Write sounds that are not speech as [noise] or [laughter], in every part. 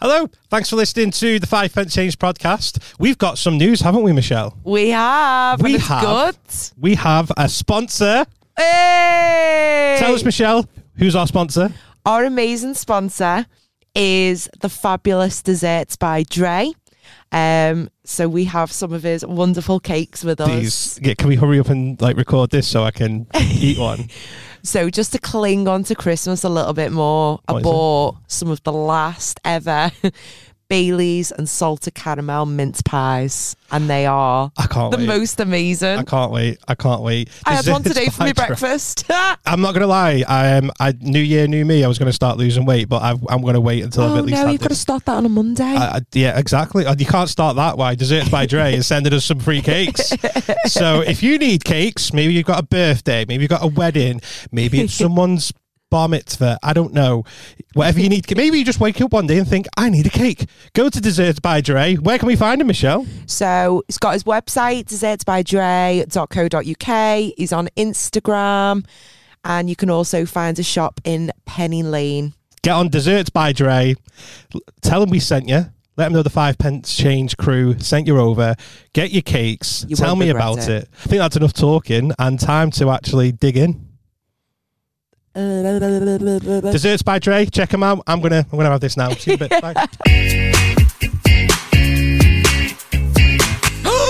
Hello. Thanks for listening to the Five Pence Change podcast. We've got some news, haven't we, Michelle? We have. We and it's have. Good. We have a sponsor. Hey! Tell us, Michelle, who's our sponsor? Our amazing sponsor is the fabulous desserts by Dre. Um, so we have some of his wonderful cakes with us. These. Yeah, can we hurry up and like record this so I [laughs] can eat one? So just to cling on to Christmas a little bit more, What I is it? bought some of the last ever [laughs] Bailey's and salted caramel mince pies, and they are I can't the wait. most I amazing. can't wait. I can't wait. I had one Desserts [laughs] today for by my Dre. breakfast. I'm not gonna lie. I um, I new year, new me. I was gonna start losing weight, but I, I'm gonna wait until I've [gasps] oh at least. no, had you've got to this. start that on a Monday. I- I- yeah, exactly. And You can't start that. Why desserts by Dre is sending us some free [laughs] cakes. so if you need cakes, maybe you've got a birthday, maybe you've got a wedding, maybe [laughs] it's someone's bar mitzvah. I don't know. Whatever you need, maybe you just wake up one day and think, I need a cake. Go to Desserts by Dre. Where can we find him, Michelle? So he's got his website, dessertsbydre.co.uk. He's on Instagram. And you can also find a shop in Penny Lane. Get on Desserts by Dre. L- Tell him we sent you. Let him know the five pence change crew sent you over. Get your cakes. You Tell won't me regret about it. it. I think that's enough talking and time to actually dig in. Desserts by Dre. Check them out. I'm gonna I'm gonna have this now. See you in a [laughs] bit. Bye.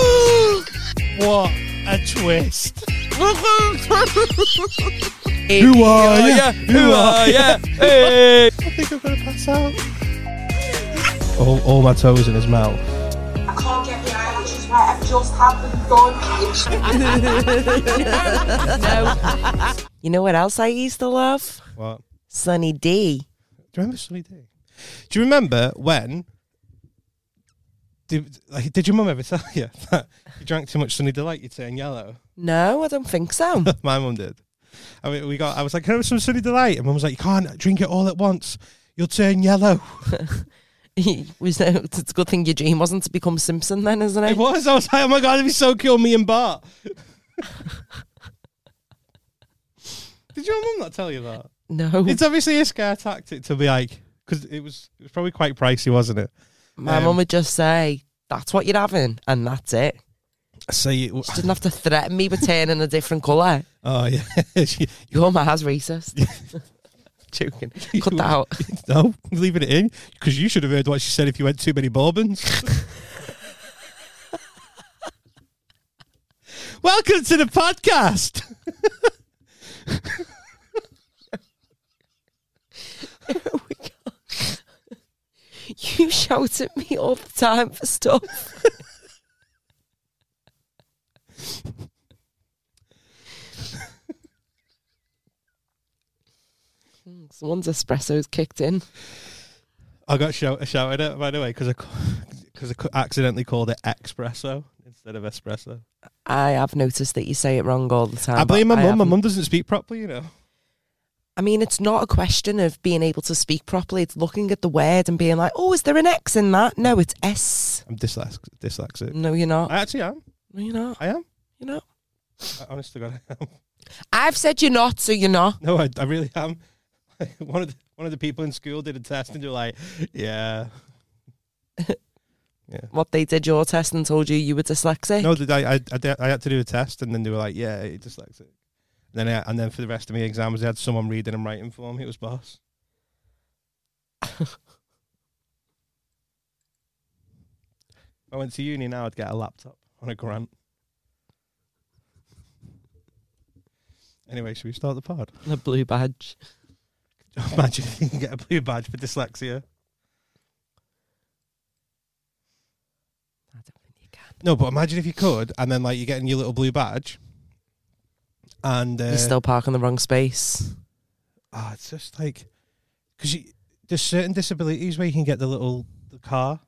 [gasps] what a twist! Who are ya? Who are [laughs] ya? Hey. I think I'm gonna pass out. All, all my toes in his mouth. I can't get behind, which is why I've just had them done. It's [laughs] You know what else I used to love? What? Sunny D. Do you remember Sunny Day? Do you remember when? Did, like, did your mum ever tell you [laughs] that you drank too much Sunny Delight, you'd turn yellow? No, I don't think so. [laughs] [laughs] My mum did. I mean, we got. I was like, "Can I have some Sunny Delight?" And mum was like, "You can't drink it all at once. You'll turn yellow." [laughs] It was- it's a good thing your dream wasn't to become Simpson then, isn't It it? was. I was like, "Oh my god, it'd be so cool, me and Bart." [laughs] did your mum not tell you that? No. It's obviously a scare tactic to be like, because it was it was probably quite pricey, wasn't it? My um, mum would just say, that's what you're having, and that's it. So you, She didn't have to threaten me with turning a different colour. oh yeah, [laughs] She- Your mum has racist. [laughs] Joking. Cut that out. No, [laughs] leaving it in because you should have heard what she said if you had too many bourbons. [laughs] Welcome to the podcast. You [laughs] shout at me all the time for [laughs] stuff. Hmm, Someone's espresso's kicked in. I got shout- shouted at by the way because I because I cu- accidentally called it espresso instead of espresso. I have noticed that you say it wrong all the time. Um, I blame but my mum. My haven't. mum doesn't speak properly, you know. I mean, it's not a question of being able to speak properly. It's looking at the word and being like, "Oh, is there an X in that?" No, it's S. I'm dyslex- dyslexic. No, you're not. I actually am. No, you're not. I am. You're not. I, honest to God, I am. I've said you're not, so you're [laughs] not. No, I, I really am. [laughs] one of the, one of the people in school did a test and they're like, yeah. What they did your test and told you you were dyslexic. No, did I, I, I, did- I had to do a test, and then they were like, "Yeah, you're dyslexic." And then, I, and then for the rest of my exams, they had someone reading and writing for me. It was boss. If I went to uni now. I'd get a laptop on a grant. Anyway, should we start the pod? [laughs] A blue badge. Imagine if you can get a blue badge for dyslexia. I don't think you can. No, but imagine if you could, and then like you're getting your little blue badge, and uh, you still park in the wrong space. Ah, it's just like because there's certain disabilities where you can get the little the car.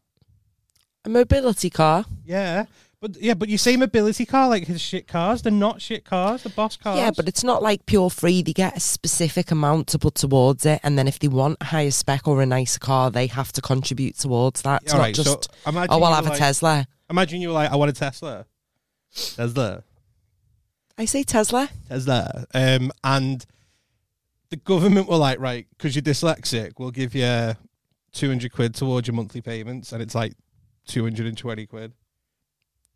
A mobility car. Yeah, but yeah, but you say mobility car like his shit cars. They're not shit cars. The boss cars. Yeah, but it's not like pure free. They get a specific amount to put towards it, and then if they want a higher spec or a nicer car, they have to contribute towards that. It's All not right, so just imagine oh, you I'll were have a like- Tesla. Imagine you were like, I want a Tesla. Tesla. I say Tesla. Tesla. Um, and the government were like, right, because you're dyslexic, we'll give you 200 quid towards your monthly payments and it's like 220 quid.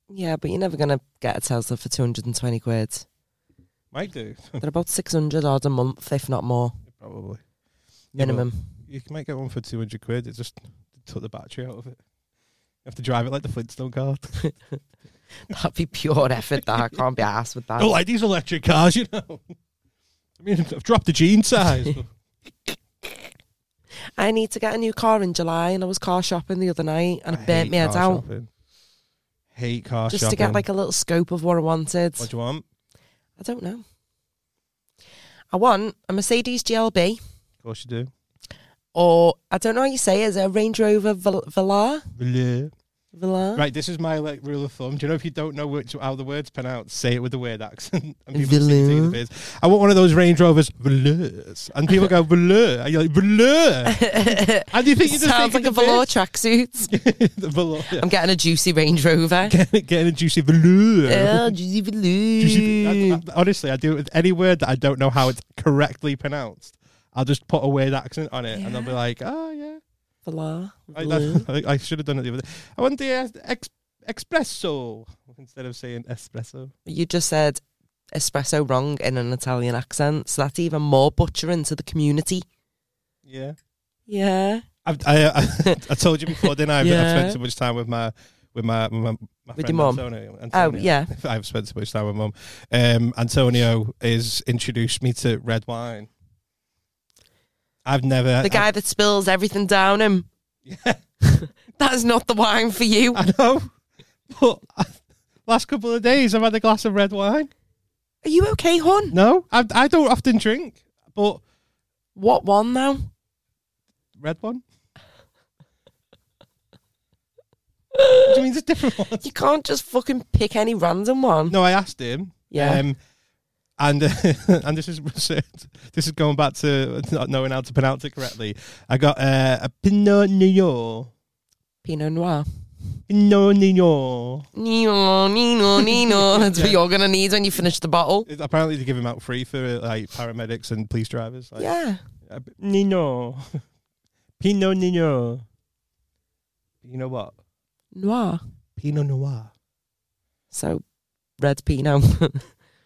Yeah, but you're never going to get a Tesla for 220 quid. Might do, They're about 600 odd a month, if not more, probably. Yeah, but minimum. [laughs] you might get one for 200 quid. It just took the battery out of it. You have to drive it like the Flintstone car. That'd be pure effort, that. I can't be arsed with that. Not [laughs] like these electric cars, you know. [laughs] I mean, I've dropped the gene size. but- I need to get a new car in July, and I was car shopping the other night, [laughs] and I it burnt hate me head car out shopping. Hate car just shopping. to get like a little scope of what I wanted. What do you want? I don't know. I want a Mercedes GLB, Of course you do. or I don't know how you say it, is it a Range Rover Vel- Velar? Velar? Right, [laughs] this is my like rule of thumb. Do you know if you don't know which how the words pronounced, say it with a weird accent. [laughs] And people see Velour. it in the biz. I want one of those Range Rovers, Velours. and people go Velour, and you're like Velour. [laughs] and do you think you just Sounds like a thinking velour tracksuit. the biz? [laughs] The velour. yeah. I'm getting a juicy Range [laughs] Rover. Getting, getting a juicy Velour. Oh, juicy Juicy- I- velour. I- honestly, I do it with any word that I don't know how it's correctly pronounced. I'll just put a weird accent on it, and they'll be like, "Oh yeah, Velar. I, velour. [laughs] that- I, I should have done it the other day. I want the uh, ex- espresso instead of saying espresso." You just said espresso wrong in an Italian accent, so that's even more butchering to the community. Yeah. Yeah. I've, I, I, [laughs] I told you before, didn't I? I've- Yeah. I've spent so much time with my with my, my, my With friend your mum. Antonio, Oh, Antonio. yeah. [laughs] I've spent so much time with mum. Um, Antonio has introduced me to red wine. I've never The guy that spills everything down him. [laughs] Yeah. [laughs] Uh, That is not the wine for you. I, I know, [laughs] but last couple of days I've had a glass of red wine. Are you okay, hon? No, I, I don't often drink, but What one now? red one. what do you mean it's a different one? [laughs] You can't just fucking pick any random one. No, I asked him. Yeah. Um, and [laughs] and this is this is going back to not knowing how to pronounce it correctly. I got uh, a Pinot Noir. Pinot Noir. Pinot Noir. [laughs] Nino, Nino, Nino. That's what you're going to need when you finish the bottle. It- apparently, they give him out free for uh, like paramedics and police drivers. Like, Yeah. uh, [laughs] Nino. Pinot Noir. You know what? Noir. Pinot Noir. So, red Pinot.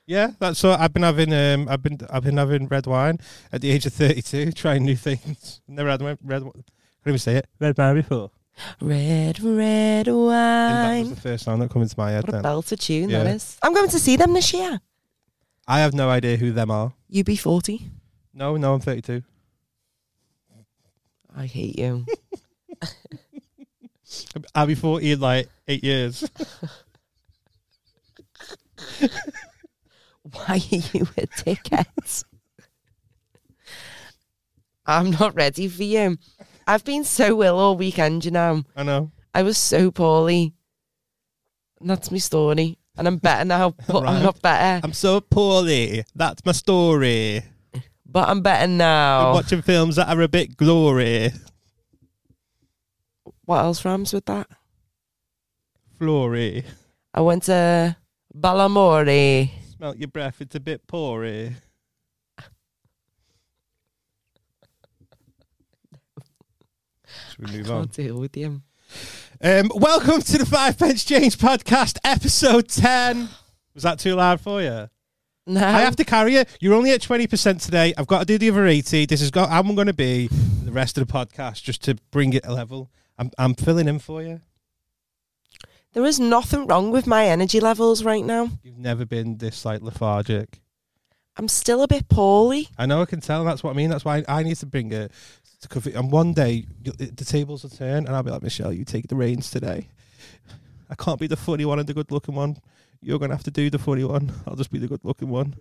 Yeah, that's so. I've been having um, I've been I've been having red wine at the age of thirty two, [laughs] trying new things. Never had red. red couldn't even say it. Red wine before. red, And that red was wine. the first song that came into my head What a then. belter tune Yeah. that is. I'm going to see them this year. I have no idea who them are. UB40. No, no, I'm 32. I [laughs] hate you. I'll be 40 in like eight years. Why are you a [laughs] dickhead? I'm not ready for you. I've been so ill all weekend, you know. I know. I was so poorly. And that's my story. And I'm better [laughs] now, but Right. I'm not better. [laughs] I'm so poorly. That's my story. but I'm better I'm now. What, watching films that are a bit glory. else rhymes with that? Flory. I went to Balamori. Smelt your breath. It's a bit pory. Should we move on? Can't deal with you. Um, welcome to the Five Pence Change podcast, episode 10. Was that too loud for you? No, I have to carry it. You're only at twenty percent today. I've got to do the other eighty. This is go- how I'm going to be for the rest of the podcast, just to bring it a level. I'm I'm filling in for you. there is nothing wrong with my energy levels right now. You've never been this like lethargic. I'm still a bit poorly. I know. I can tell. That's what I mean. That's why I need to bring it. To cover it. And one day you- the tables will turn, and I'll be like Michelle, you take the reins today. [laughs] I can't be the funny one and the good looking one. You're going to have to do the funny one. [laughs] I'll just be the good looking one.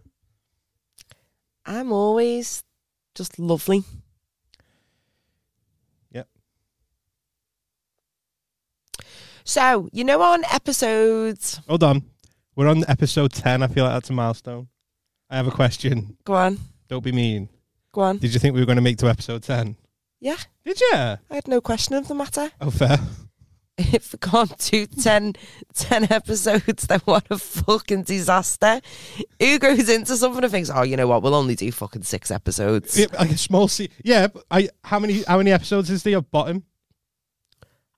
I'm always just lovely. Yep. So, you know, on episodes, Hold on. We're on episode ten. I feel like that's a milestone. I have a question. go on, Don't be mean. go on. Did you think we were going to make to episode 10? Yeah. Did you? I had no question of the matter. Oh, fair. [laughs] if I can't do 10, 10 episodes, then what a fucking disaster. Who goes into something and thinks, oh, you know what, we'll only do fucking six episodes? Yeah, like a small se- Yeah, but I how many how many episodes is the of bottom?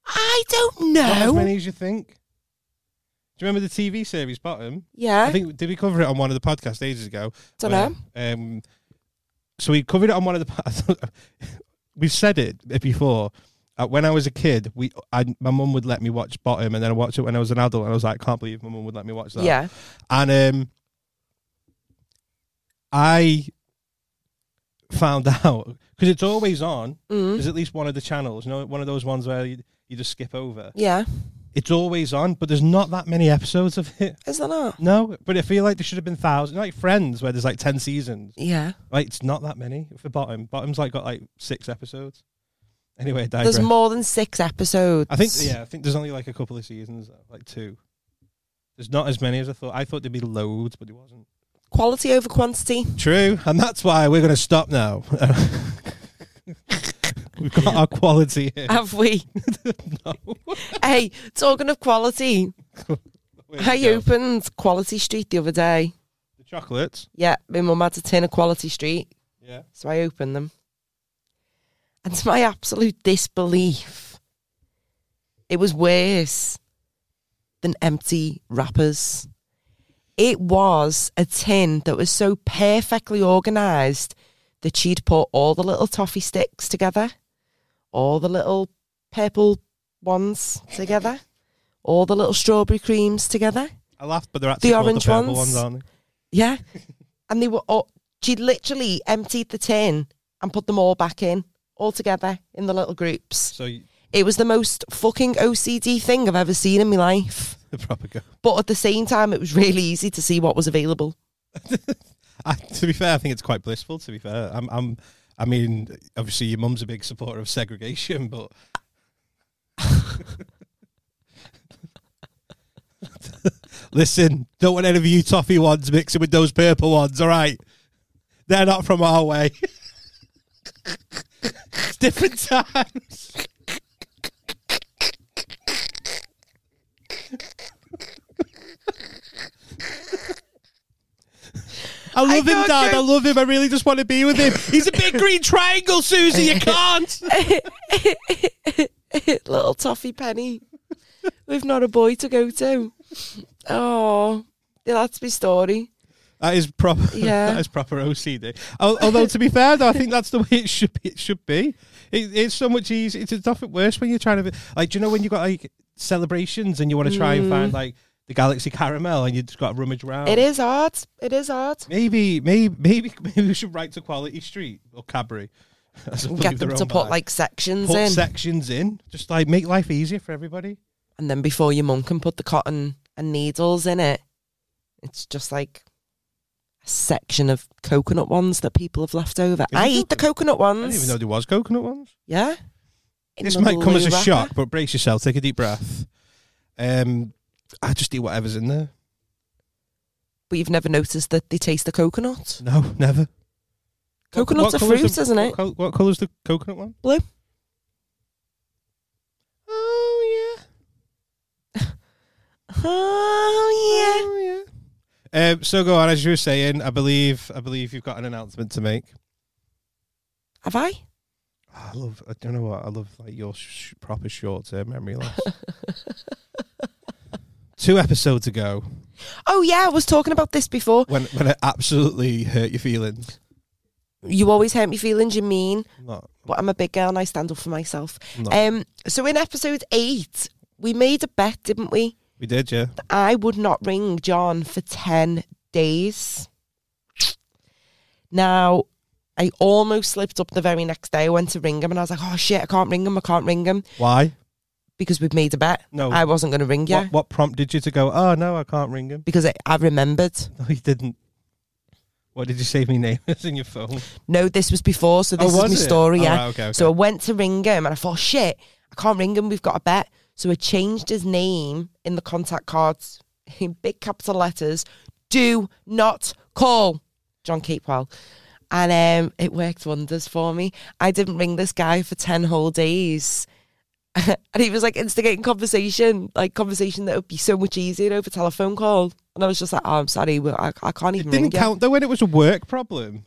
I don't Not as know. many as you think. Do you remember the TV series Bottom? Yeah. I think did we cover it on one of the podcasts ages ago? Dunno. Where, Um, so we covered it on one of the. po- [laughs] We've said it before. Uh, when I was a kid, we I, my mum would let me watch Bottom, and then I watched it when I was an adult, and I was like, I can't believe my mum would let me watch that. yeah. and um, I found [laughs] out because it's always on. Mm. There's at least one of the channels, you know, one of those ones where you, you just skip over. Yeah. It's always on, but there's not that many episodes of it. [laughs] Is that not? No, but I feel like there should have been thousands, like Friends, where there's like ten seasons. Yeah. Like it's not that many for Bottom. Bottom's like got like six episodes. Anyway, I digress. There's more than six episodes. I think yeah, I think there's only like a couple of seasons, like two. There's not as many as I thought. I thought there'd be loads, but there wasn't. Quality [laughs] over quantity. True, and that's why we're going to stop now. [laughs] We've got our quality here. Have we? [laughs] No. [laughs] hey, talking of quality, Where'd I it go? opened Quality Street the other day. The chocolates. Yeah, my mum had a tin of Quality Street, Yeah. so I opened them. And to my absolute disbelief, it was worse than empty wrappers. It was a tin that was so perfectly organised that she'd put all the little toffee sticks together, all the little purple ones together, all the little strawberry creams together. I laughed, but they're actually The called orange the purple ones? ones, aren't Yeah. and they were all, she'd literally emptied the tin and put them all back in, all together in the little they? groups. So you, It was the most fucking OCD thing I've ever seen in my life. the proper go. But at the same time, it was really easy to see what was available. [laughs] I, to be fair, I think it's quite blissful. To be fair, I'm, I'm, I mean, obviously your mum's a big supporter of segregation, but [laughs] listen, don't want any of you toffee ones mixing with those purple ones. All right, they're not from our way. [laughs] it's different times. I love him, can't Dad. go- I love him. I really just want to be with him. He's a big green triangle, Susie. You can't. Little toffee penny. We've not a boy to go to. Oh, that's my story. That is proper. [laughs] Yeah. that is proper OCD. Al- Although to be fair, though, I think that's the way it should be. It should be. It, it's so much easier. It's often worse when you're trying to be, like. Do you know when you got like celebrations and you want to try and find like the Galaxy Caramel and you just got to rummage around? Mm. It is hard. It is hard. Maybe, maybe, maybe, [laughs] maybe we should write to Quality Street or Cadbury. [laughs] That's a Get leave their them own to put bag. like sections put in. sections in, just like make life easier for everybody. and then before your mum can put the cotton and needles in it, it's just like a section of coconut ones that people have left over. Is I it eat the coconut I didn't ones. even know there was coconut ones. Yeah. In this the might come as a blue wrapper. shock, but brace yourself. Take a deep breath. Um, I just eat whatever's in there. But you've never noticed that they taste the coconut. No, never. Coconut's a colour's fruit, the- isn't what it? col- What colour's the coconut one? Blue. Oh yeah. Oh Oh yeah. Um, so go on. As you were saying, I believe I believe you've got an announcement to make. yeah. Have I? Oh, I love. I don't know what I love. Like your sh- proper short term memory [laughs] loss. Two episodes ago, Oh yeah, I was talking about this before. when when it absolutely hurt your feelings. You always hurt me feelings, you mean, Not. but I'm a big girl and I stand up for myself. not Um so in episode eight, we made a bet, didn't we? we did, yeah. I would not ring John for 10 days. Now, I almost slipped up the very next day. I went to ring him and I was like, oh shit, I can't ring him. I can't ring him Why? because we've made a bet. No. I wasn't going to ring you What, what prompted you to go? Oh no, I can't ring him. because I, I remembered. [laughs] No, he didn't. What did you save me name as in your phone? No, this was before, so this Oh, is was my it? story. All Yeah. right, okay, okay. So I went to ring him and I thought, shit, I can't ring him. We've got a bet. So I changed his name in the contact cards [laughs] in big capital letters. Do not call John Capewell. And um, it worked wonders for me. I didn't ring this guy for 10 whole days. [laughs] and he was like instigating conversation, like conversation that would be so much easier over telephone call. And I was just like, oh, I'm sorry, well, I, I can't even ring Didn't you. count though when it was a work problem.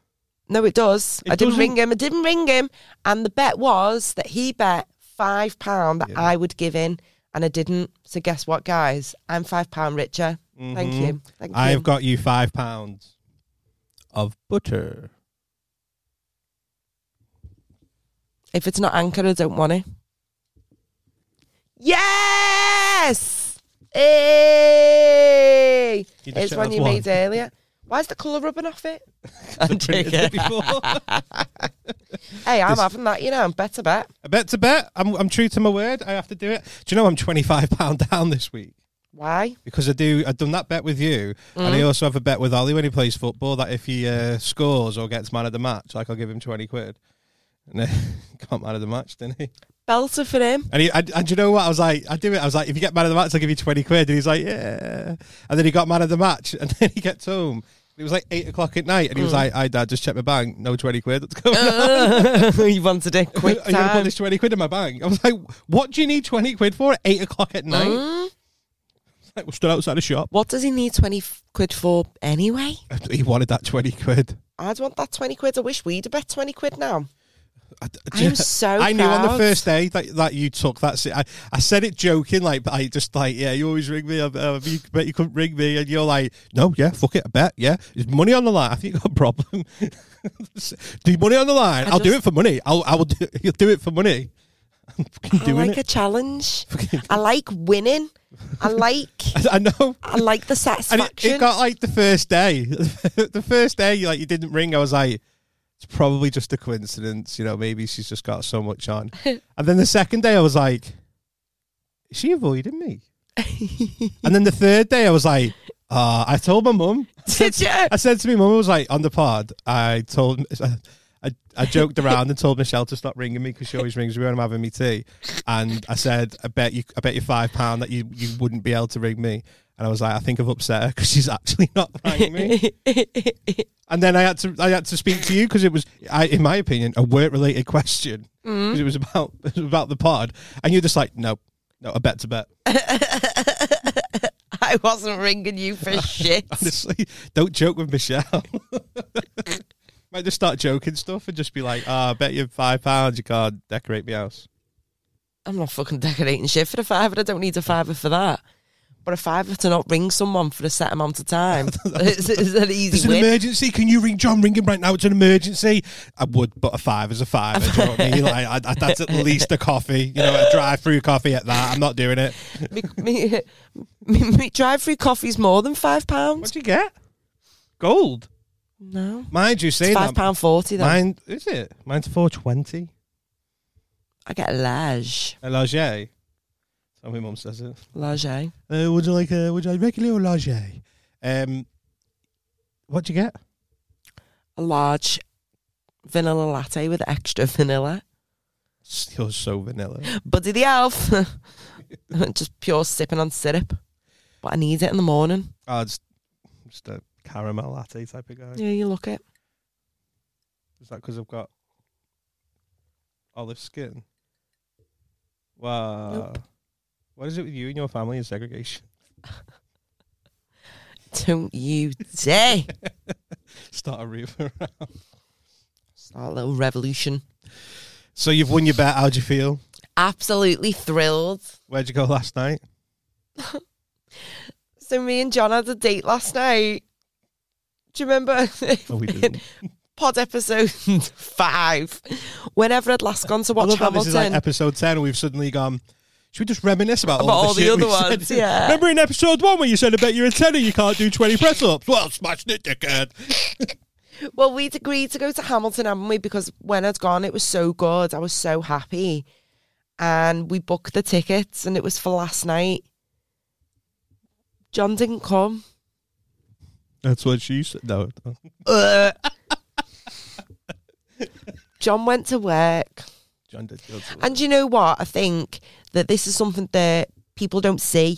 No, it does. It I didn't doesn't- ring him. I didn't ring him. And the bet was that he bet five pound that Yeah. I would give in, and I didn't. So guess what, guys? I'm five pound richer. Thank Mhm. you. Thank you. I've got you five pounds of [laughs] butter. If it's not Anchor, I don't want it. Yes! Hey! You just It's said one that's you one. made earlier. Why's the colour rubbing off it? I'm Printed joking. [laughs] before. Hey, I'm This- having that, you know, I'm better bet. I bet to bet. I'm, I'm true to my word. I have to do it. Do you know I'm twenty five [laughs] pound down this week? Why? because I do. I've done that bet with you, and I Mm. also have a bet with Ollie when he plays football that if he uh, scores or gets man of the match, like I'll give him twenty quid. And then [laughs] got man of the match, didn't he? Belter for [laughs] him. And he, and, and do you know what? I was like, I do it. I was like, if you get man of the match, I'll give you twenty quid. And he's like, yeah. And then he got man of the match, and [laughs] then he gets home. It was like eight o'clock at night, and he was like, "I dad, just check my bank. No twenty quid. That's [laughs] going on. you wanted [laughs] it quick Are you gonna put time. this twenty quid in my bank?" I was like, "What do you need twenty quid for at eight o'clock at night?" [laughs] Like, we stood outside the shop. What does he need 20 f- quid for anyway? He wanted that twenty quid. I'd want that 20 quid. I wish we'd have bet 20 quid now. I, d- I do you- [laughs] am so I knew on the proud. first day that, that you took that. se- I, I said it joking, like but I just like yeah, you always ring me. I, I you bet you couldn't ring me, and you're like, no, yeah, fuck it, I bet, yeah, there's money on the line. I think you got a problem. [laughs] do money on the line. I I'll do just- it for money. I'll I will do, [laughs] you'll do it for money. [laughs] I'm fucking I doing like a it. challenge. Fucking- [laughs] I like winning. I like I know. I like the And it, satisfaction. it got like the first day. [laughs] the first day, you like you didn't ring. I was like, it's probably just a coincidence. You know, maybe she's just got so much on. and then the second day, I was like, is she avoiding me? and then the third day, I was like, uh, I told my mum. Did you? I said to my mum, I was like, on the pod, I told, I, I joked around and told Michelle to stop ringing me because she always rings me when I'm having me tea. And I said, I bet you, I bet you five pound that you, you wouldn't be able to ring me. And I was like, I think I've upset her because she's actually not rang me. and then I had to, I had to speak to you because it was, I, in my opinion, a work related question 'Cause it was about, it was about the pod. And you're just like, no, no, I bet to bet. [laughs] I wasn't ringing [laughs] you for shit. Honestly, don't joke with Michelle. [laughs] Might just start joking stuff and just be like, "Ah, I bet you five pounds you can't decorate my house." I'm not fucking decorating shit for a fiver. I don't need a fiver for that. But a fiver to not ring someone for a set amount [laughs] of time is, is an It's easy an win. emergency. Can you ring John? Ring him right now. It's an emergency. I would, but a five is a five. Do you know what [laughs] I mean? Like, I, I, that's at least a coffee. You know, a drive-through coffee at that. I'm not doing it. me, me, me, me drive-through coffee's more than five pounds. What'd you get? Gold. No, Mind you, it's saying five that. pound forty. Then Mine is it? Mine's four twenty. I get a large, A lager. Tell me, mum says it. large. eh? Uh, would you like a would you like regular or large? Um, what'd you get? a large vanilla latte with extra vanilla. You're so [gasps] vanilla. Buddy the elf. [laughs] Just pure sipping on syrup. But I need it in the morning. Oh, it's just a caramel latte type of guy. Yeah, you look it. Is that because I've got olive skin? Wow. What is it with you and your family and segregation? Don't you dare Start a roof around. start a little revolution. So you've won your bet. How'd you feel? Absolutely thrilled. Where'd you go last night? So me and John had a date last night. Do you remember? [laughs] Oh, we didn't. Pod episode [laughs] five. Whenever I'd last gone to I watch love how Hamilton. this is like episode 10 and we've suddenly gone, should we just reminisce about, About all, all the shit we other ones, said? yeah. Remember in episode 1 when you said, I bet you're a tenner, you can't do 20 press-ups? Well, smashed it, dickhead. Well, we'd agreed to go to Hamilton, haven't we? Because when I'd gone, it was so good. I was so happy. And we booked the tickets, and it was for last night. John didn't come. That's what she said. No. Ugh. John went to work. [laughs] John did go to And you know what? I think that this is something that people don't see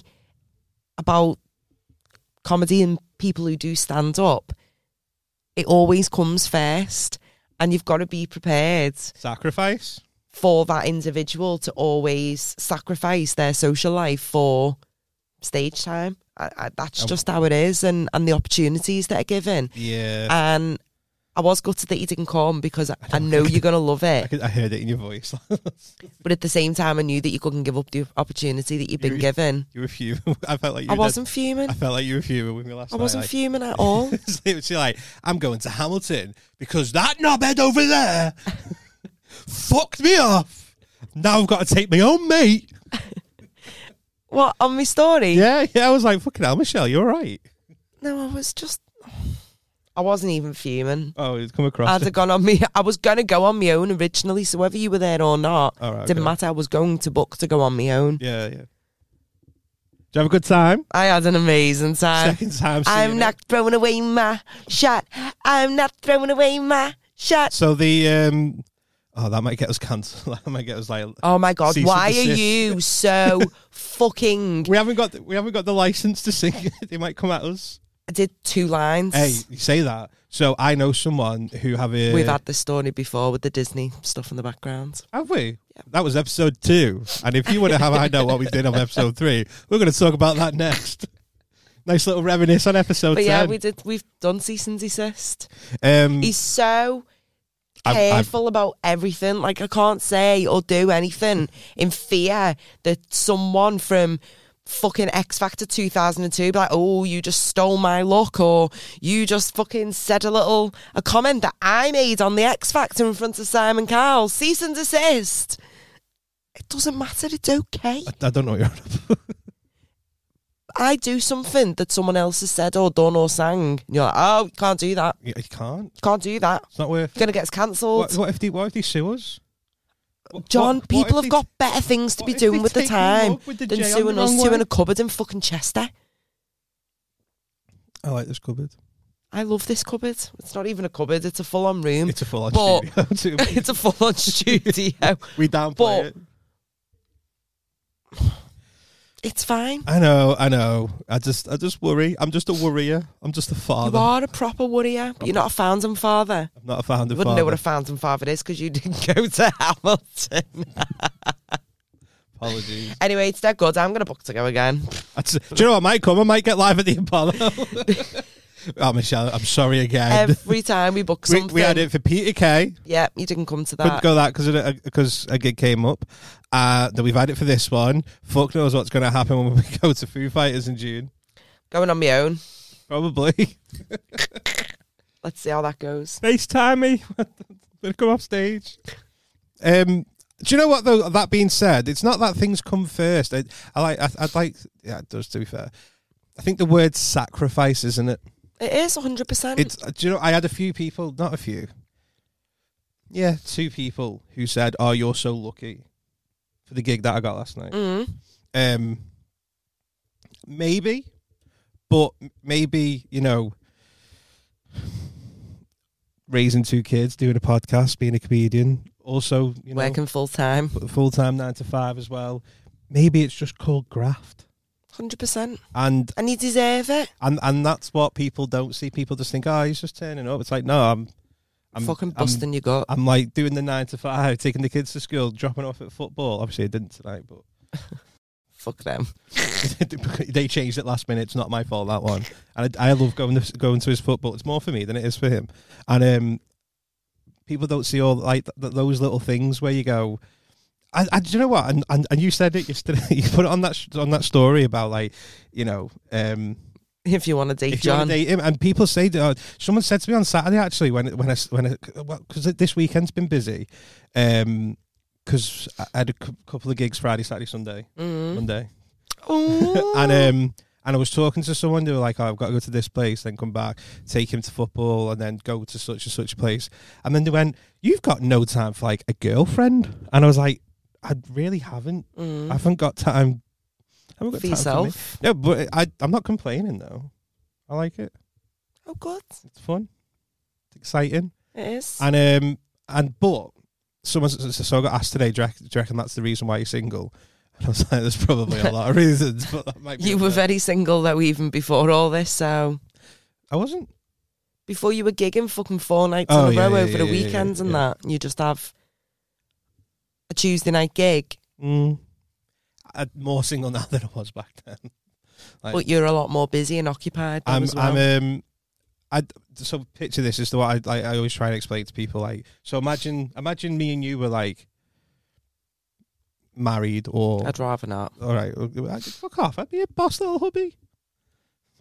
about comedy and people who do stand up. It always comes first, and you've got to be prepared. Sacrifice? for that individual to always sacrifice their social life for stage time. I, I, that's Oh. just how it is, and and the opportunities that are given. Yeah. And I was gutted that you didn't come because I, I know you're gonna [laughs] love I, it, could, I heard it in your voice. [laughs] but at the same time, I knew that you couldn't give up the opportunity that you've been You- given. you were fuming. [laughs] I felt like you I did- wasn't fuming. I felt like you were fuming with me last I night. wasn't like- fuming at [laughs] all. She's like, I'm going to Hamilton because that knobhead over [laughs] there fucked me off. Now I've got to take my own mate. what on my story? Yeah, yeah. I was like, fucking hell, Michelle, you're right. No, I was just. I wasn't even fuming. Oh, it's come across. I'd have gone on me. I was gonna go on my own originally, so whether you were there or not, All right, didn't okay. matter. I was going to book to go on my own. [laughs] yeah, yeah. Did you have a good time? I had an amazing time. Second time. seeing I'm it. not throwing away my shot. I'm not throwing away my shot. So the um, oh, that might get us cancelled. [laughs] that might get us like. Oh my god! Cease and Why are desist. you so fucking? [laughs] We haven't got the, we haven't got the license to sing. it. [laughs] they might come at us. I did two lines. Hey, you say that. So I know someone who have a. We've had this story before with the Disney stuff in the background. Have we? That was episode two. And if you want to have I know what we did on episode three, we're going to talk about that next. [laughs] Nice little reminisce on episode But yeah, 10. we did. We've done cease and desist. um, He's so I've- I've- careful about everything. Like I can't say or do anything in fear that someone from fucking X Factor 2002 be like, "Oh, you just stole my look," or "You just fucking said a little a comment that I made on the X Factor in front of Simon Cowell." Cease and desist. It doesn't matter. It's okay. I, I don't know what you're on about. I do something that someone else has said or done or sang. And you're like, "Oh, you can't do that. You, you can't. Can't do that." It's not worth It's gonna get us cancelled. What, what, if they, what if they sue us? What- what- John, what people if have they- got better things to what be if they doing with the take you time up with the than J on the suing us wrong two way? in a cupboard in fucking Chester. I like this cupboard. Mm. I love this cupboard. It's not even a cupboard, it's a full on room. It's a full on But- studio. [laughs] too. [laughs] It's a full on studio. [laughs] we downplay but- it. It's fine. I know, I know. I just I just worry. I'm just a worrier. I'm just a You father. are a proper worrier, but you're not a fountain father. I'm not a founder You wouldn't know what father. a fountain father is because you didn't [laughs] go to Hamilton. Apologies. [laughs] anyway, it's dead good. I'm going to book to go again. I'd s- do you know what? I might come. I might get live at the [laughs] Apollo. oh, Michelle, I'm sorry again. Every time we book [laughs] we, something. Uh, we had it for Peter Kay. Yeah, you didn't come to Couldn't that. go that because because a gig came up. Uh, then we've had it for this one. Fuck knows what's going to happen when we [laughs] go to Foo Fighters in June. Going on my own. Probably. Let's see how that goes. [laughs] FaceTime me. [laughs] Gonna come off stage. Um, do you know what though? That being said, it's not that things come first. I, I like. I, I'd like. Yeah, it does. To be fair, I think the word sacrifice, isn't it? It is 100%. It's uh, do you know I had a few people, not a few. Yeah, two people who said, "Oh, you're so lucky for the gig that I got last night." Mm. Um, maybe, but m- maybe you know, raising two kids, doing a podcast, being a comedian, also you know, Working full time. full time nine to five as well. Maybe it's just called graft, Hundred percent, and and you deserve it. and and that's what people don't see. People just think, "Oh, he's just turning up." It's like, no, I'm, I'm Fucking busting your gut. I'm like doing the nine to five, [laughs] taking the kids to school, dropping off at football. Obviously, I didn't tonight, but [laughs] Fuck them. [laughs] [laughs] they changed it last minute. It's not my fault that one. And I, I love going to, going to his football. It's more for me than it is for him. And um, people don't see all like th- th- those little things where you go. And, and do you know what? And, and and you said it yesterday. [laughs] You put it on that sh- on that story about like you know. Um, If you want to date if you want John, to date him, and people say, that- oh, someone said to me on Saturday actually when when I s- when because well 'cause this weekend's been busy, um, because I I had a cou- couple of gigs Friday, Saturday, Sunday, mm. Monday, Ooh. [laughs] and um. And I was talking to someone, they were like, oh, I've got to go to this place, then come back, take him to football, and then go to such and such a place. And then they went, You've got no time for like a girlfriend. And I was like, I really haven't. I Mm. haven't got time. I haven't got time for for me. yourself. No, but I, I'm not complaining though. I like it. Oh God, It's fun. It's exciting. it is. And um and but someone s- s- so I got asked today, do you, reckon, do you reckon that's the reason why you're single? And I was like, there's probably a lot of reasons, but that might be you one were of them. very single though, even before all this. So I wasn't. before you were gigging fucking four nights Oh, in a yeah, row yeah, over yeah, the yeah, yeah, weekends and yeah. that, you just have a Tuesday night gig, Mm. I'm more single now [laughs] than I was back then. Like- but you're a lot more busy and occupied. than I'm, as well. I'm, um, I so picture this is the what I like, I always try and explain to people. Like, so imagine, imagine me and you were like married, or I'd rather not. all right, I- fuck off. I'd be a boss little hubby.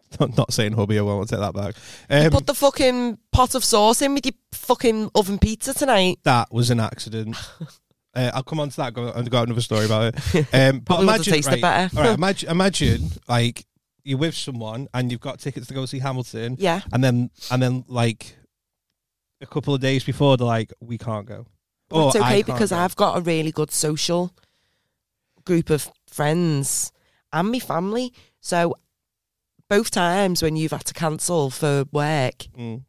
[laughs] Not, not saying hubby, I won't take that back. Um, Put the fucking pot of sauce in with your fucking oven pizza tonight. that was an [laughs] accident. Uh, I'll come on to that. Go, I've got another story about it. Um, but Probably would've imagine, tasted right, better. all [laughs] right, imagine, imagine, like you're with someone and you've got tickets to go see Hamilton, Yeah. and then and then like a couple of days before, they're like, "We can't go." Well, it's Or, Oh, "I okay can't because go." I've got a really good social group of friends and my family. So both times when you've had to cancel for work, Mm.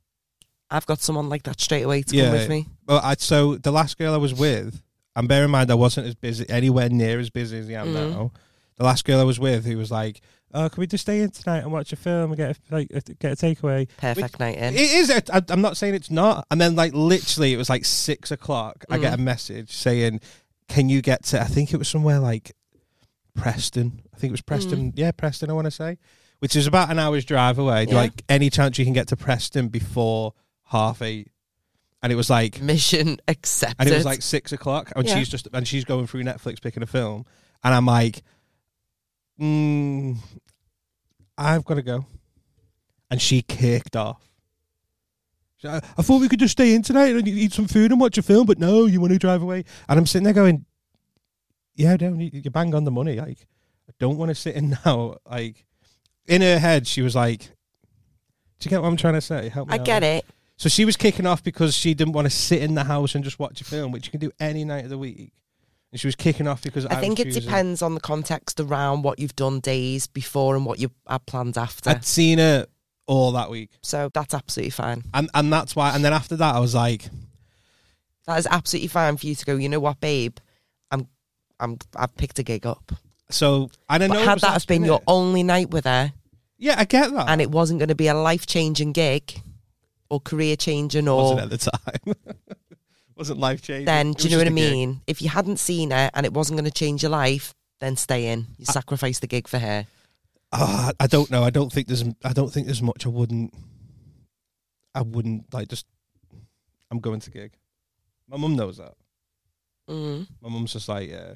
I've got someone like that straight away to Yeah. come with me. Well, I, so the last girl I was with, and bear in mind I wasn't as busy anywhere near as busy as I am Mm. now. The last girl I was with, who was like, "Oh, can we just stay in tonight and watch a film and get a, like a, get a takeaway?" Perfect night in. It is. I, I'm not saying it's not. And then, like, literally, it was like six o'clock. I get a message saying, "Can you get to?" I think it was somewhere like Preston. I think it was Preston. Yeah, Preston. I want to say, which is about an hour's drive away. Yeah. Like, any chance you can get to Preston before half eight? And it was like, Mission accepted. and it was like six o'clock, and Yeah. she's just and she's going through Netflix picking a film, and I'm like, mm, I've got to go, and she kicked off. She's like, I thought we could just stay in tonight and eat some food and watch a film, but no, you want to drive away. And I'm sitting there going, Yeah, no, you you bang on the money. Like, I don't want to sit in [laughs] now. Like, in her head, she was like, Do you get what I'm trying to say? Help me I out. get it. So she was kicking off because she didn't want to sit in the house and just watch a film, which you can do any night of the week. And she was kicking off because I, I think was it choosing- depends on the context around what you've done days before and what you had planned after. I'd seen her all that week, so that's absolutely fine. and and that's why. And then after that, I was like, That is absolutely fine for you to go. You know what, babe? I'm, I'm, I've picked a gig up. so and I But know it had was that last have been minute. Uh. your only night with her, yeah, I get that. and it wasn't going to be a life changing gig or career changing, wasn't or at the time. [laughs] wasn't life changing. then It do you was know what I just a gig. mean? If you hadn't seen her and it wasn't going to change your life, then stay in. You sacrifice the gig for her. Ah, I don't know. I don't think there's. I don't think there's much. I wouldn't. I wouldn't like just. I'm going to gig. My mum knows that. Mm. my mum's just like, yeah.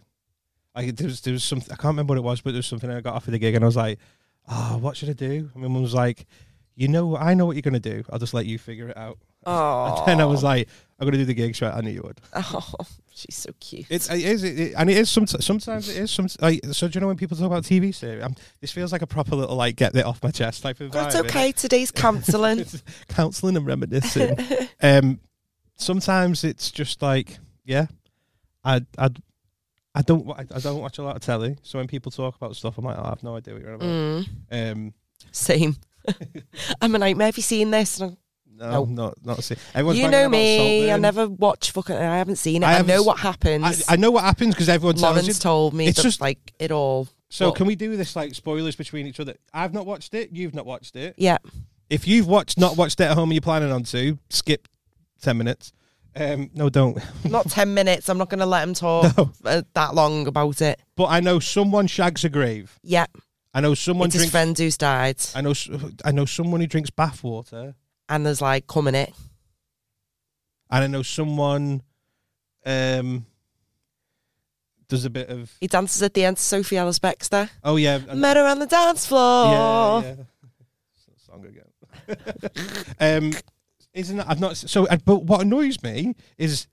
Like there was, there was something I can't remember what it was, but there was something I got offered the gig, and I was like, ah, what should I do? And my mum was like, you know, I know what you're gonna do. I'll just let you figure it out. Oh, And [laughs] then I was like, I'm gonna do the gig. She went, I knew you would. [laughs] oh, she's so cute. It's, it is, it, it- and it is. Sometimes, sometimes it is. Some like, so. Do you know when people talk about TV series? Um this feels like a proper little like get it off my chest type of. But it's vibe, innit? [laughs] okay. Today's counselling. counseling and reminiscing. um, sometimes it's just like, yeah, I, I, I don't, wa- I, I don't watch a lot of telly. So when people talk about stuff, I'm like, oh, I have no idea what you're on about. [laughs] mm, Um, same. [laughs] I'm a nightmare. Have you seen this? And I'm- no, Nope. not, not. See. Everyone's you banging know about me. I Saltburn. never watch fucking. I haven't seen it. I I, haven't know s- what happens. I, I know what happens because everyone tells you. Lawrence told me It's that, just- like it all. so well- can we do this like spoilers between each other? I've not watched it. You've not watched it. Yeah. If you've watched, not watched it at home, and you're planning on to skip ten minutes. Um, no, don't. not 10 minutes. I'm not going to let him [laughs] talk No. uh, that long about it. But I know someone shags a grave. Yeah. I know someone it's his drinks friend who's died I know, s- I know someone who drinks bath water, and there's like, come in it. and I know someone um, does a bit of. He dances at the end to Sophie Ellis Bextor. Oh yeah, and- Met her on the dance floor. yeah, yeah. Song again. [laughs] um, isn't that, I've not so. and- But what annoys me is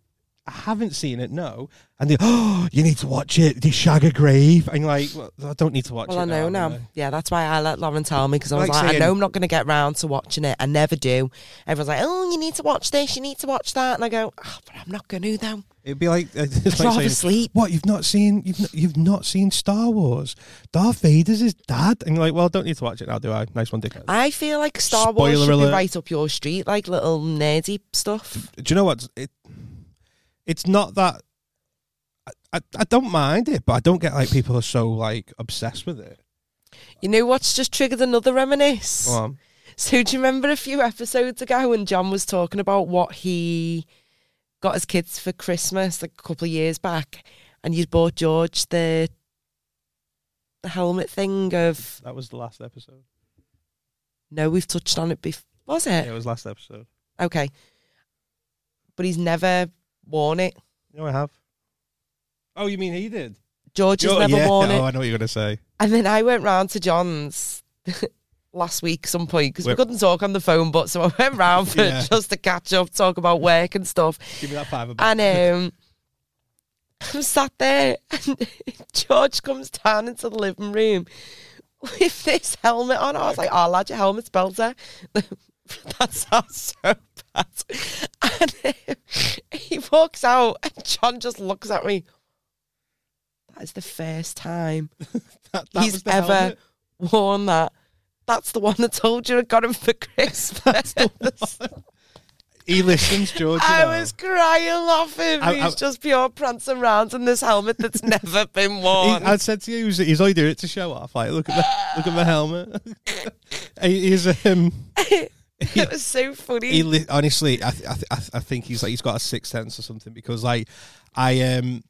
I haven't seen it. No, and they [gasps] oh, you need to watch it. They shag a grave, and you're like well, I don't need to watch Well, it. I know now. really. Yeah, that's why I let Lauren tell me because I was Like like, I saying- know I'm not going to get round to watching it. I never do. Everyone's like, oh, you need to watch this, you need to watch that. And I go, oh, but I'm not going to, though. It'd be like [laughs] it's like I'd rather saying, sleep. What you've not seen? You've not, you've not seen Star Wars? Darth Vader's his dad, and you're like, well, I don't need to watch it now, do I? Nice one, dickhead. I feel like Star Wars Spoiler should alert. be right up your street, like little nerdy stuff. do you know what? It, it's not that. I, I, I don't mind it, but I don't get like people are so like obsessed with it. You know what's just triggered another reminisce? Go on. So do you remember a few episodes ago when John was talking about what he got his kids for Christmas like a couple of years back, and you bought George the the helmet thing of That was the last episode. no, we've touched on it before. Was it Yeah, it was last episode. okay? But he's never worn it. No, I have. Oh, you mean he did? George has never yeah. worn it. Oh, I know what you're gonna [laughs] say. And then I went round to John's [laughs] last week some point because we Where- couldn't talk on the phone, but so I went round [laughs] for Yeah. just to catch up, talk about work and stuff. Give me that five. And um, I'm sat there, and [laughs] George comes down into the living room with this helmet on. I was like, "Oh, lad, your helmet's belter." [laughs] that sounds so bad. And um, he walks out, and John just looks at me. That is the first time [laughs] that, he's ever worn that. That's the one that told you I got him for [laughs] Christmas. He [laughs] listens, George. you I know. was crying laughing. I- I- He's just pure prancing round in this [laughs] helmet that's never been He, worn. I said to you, he's, he's only doing it to show off. Like, look at the, look at my helmet. [laughs] he, he's um, it was so funny. he li- honestly, I, th- I, th- I, th- I think he's like he's got a sixth sense or something because like I um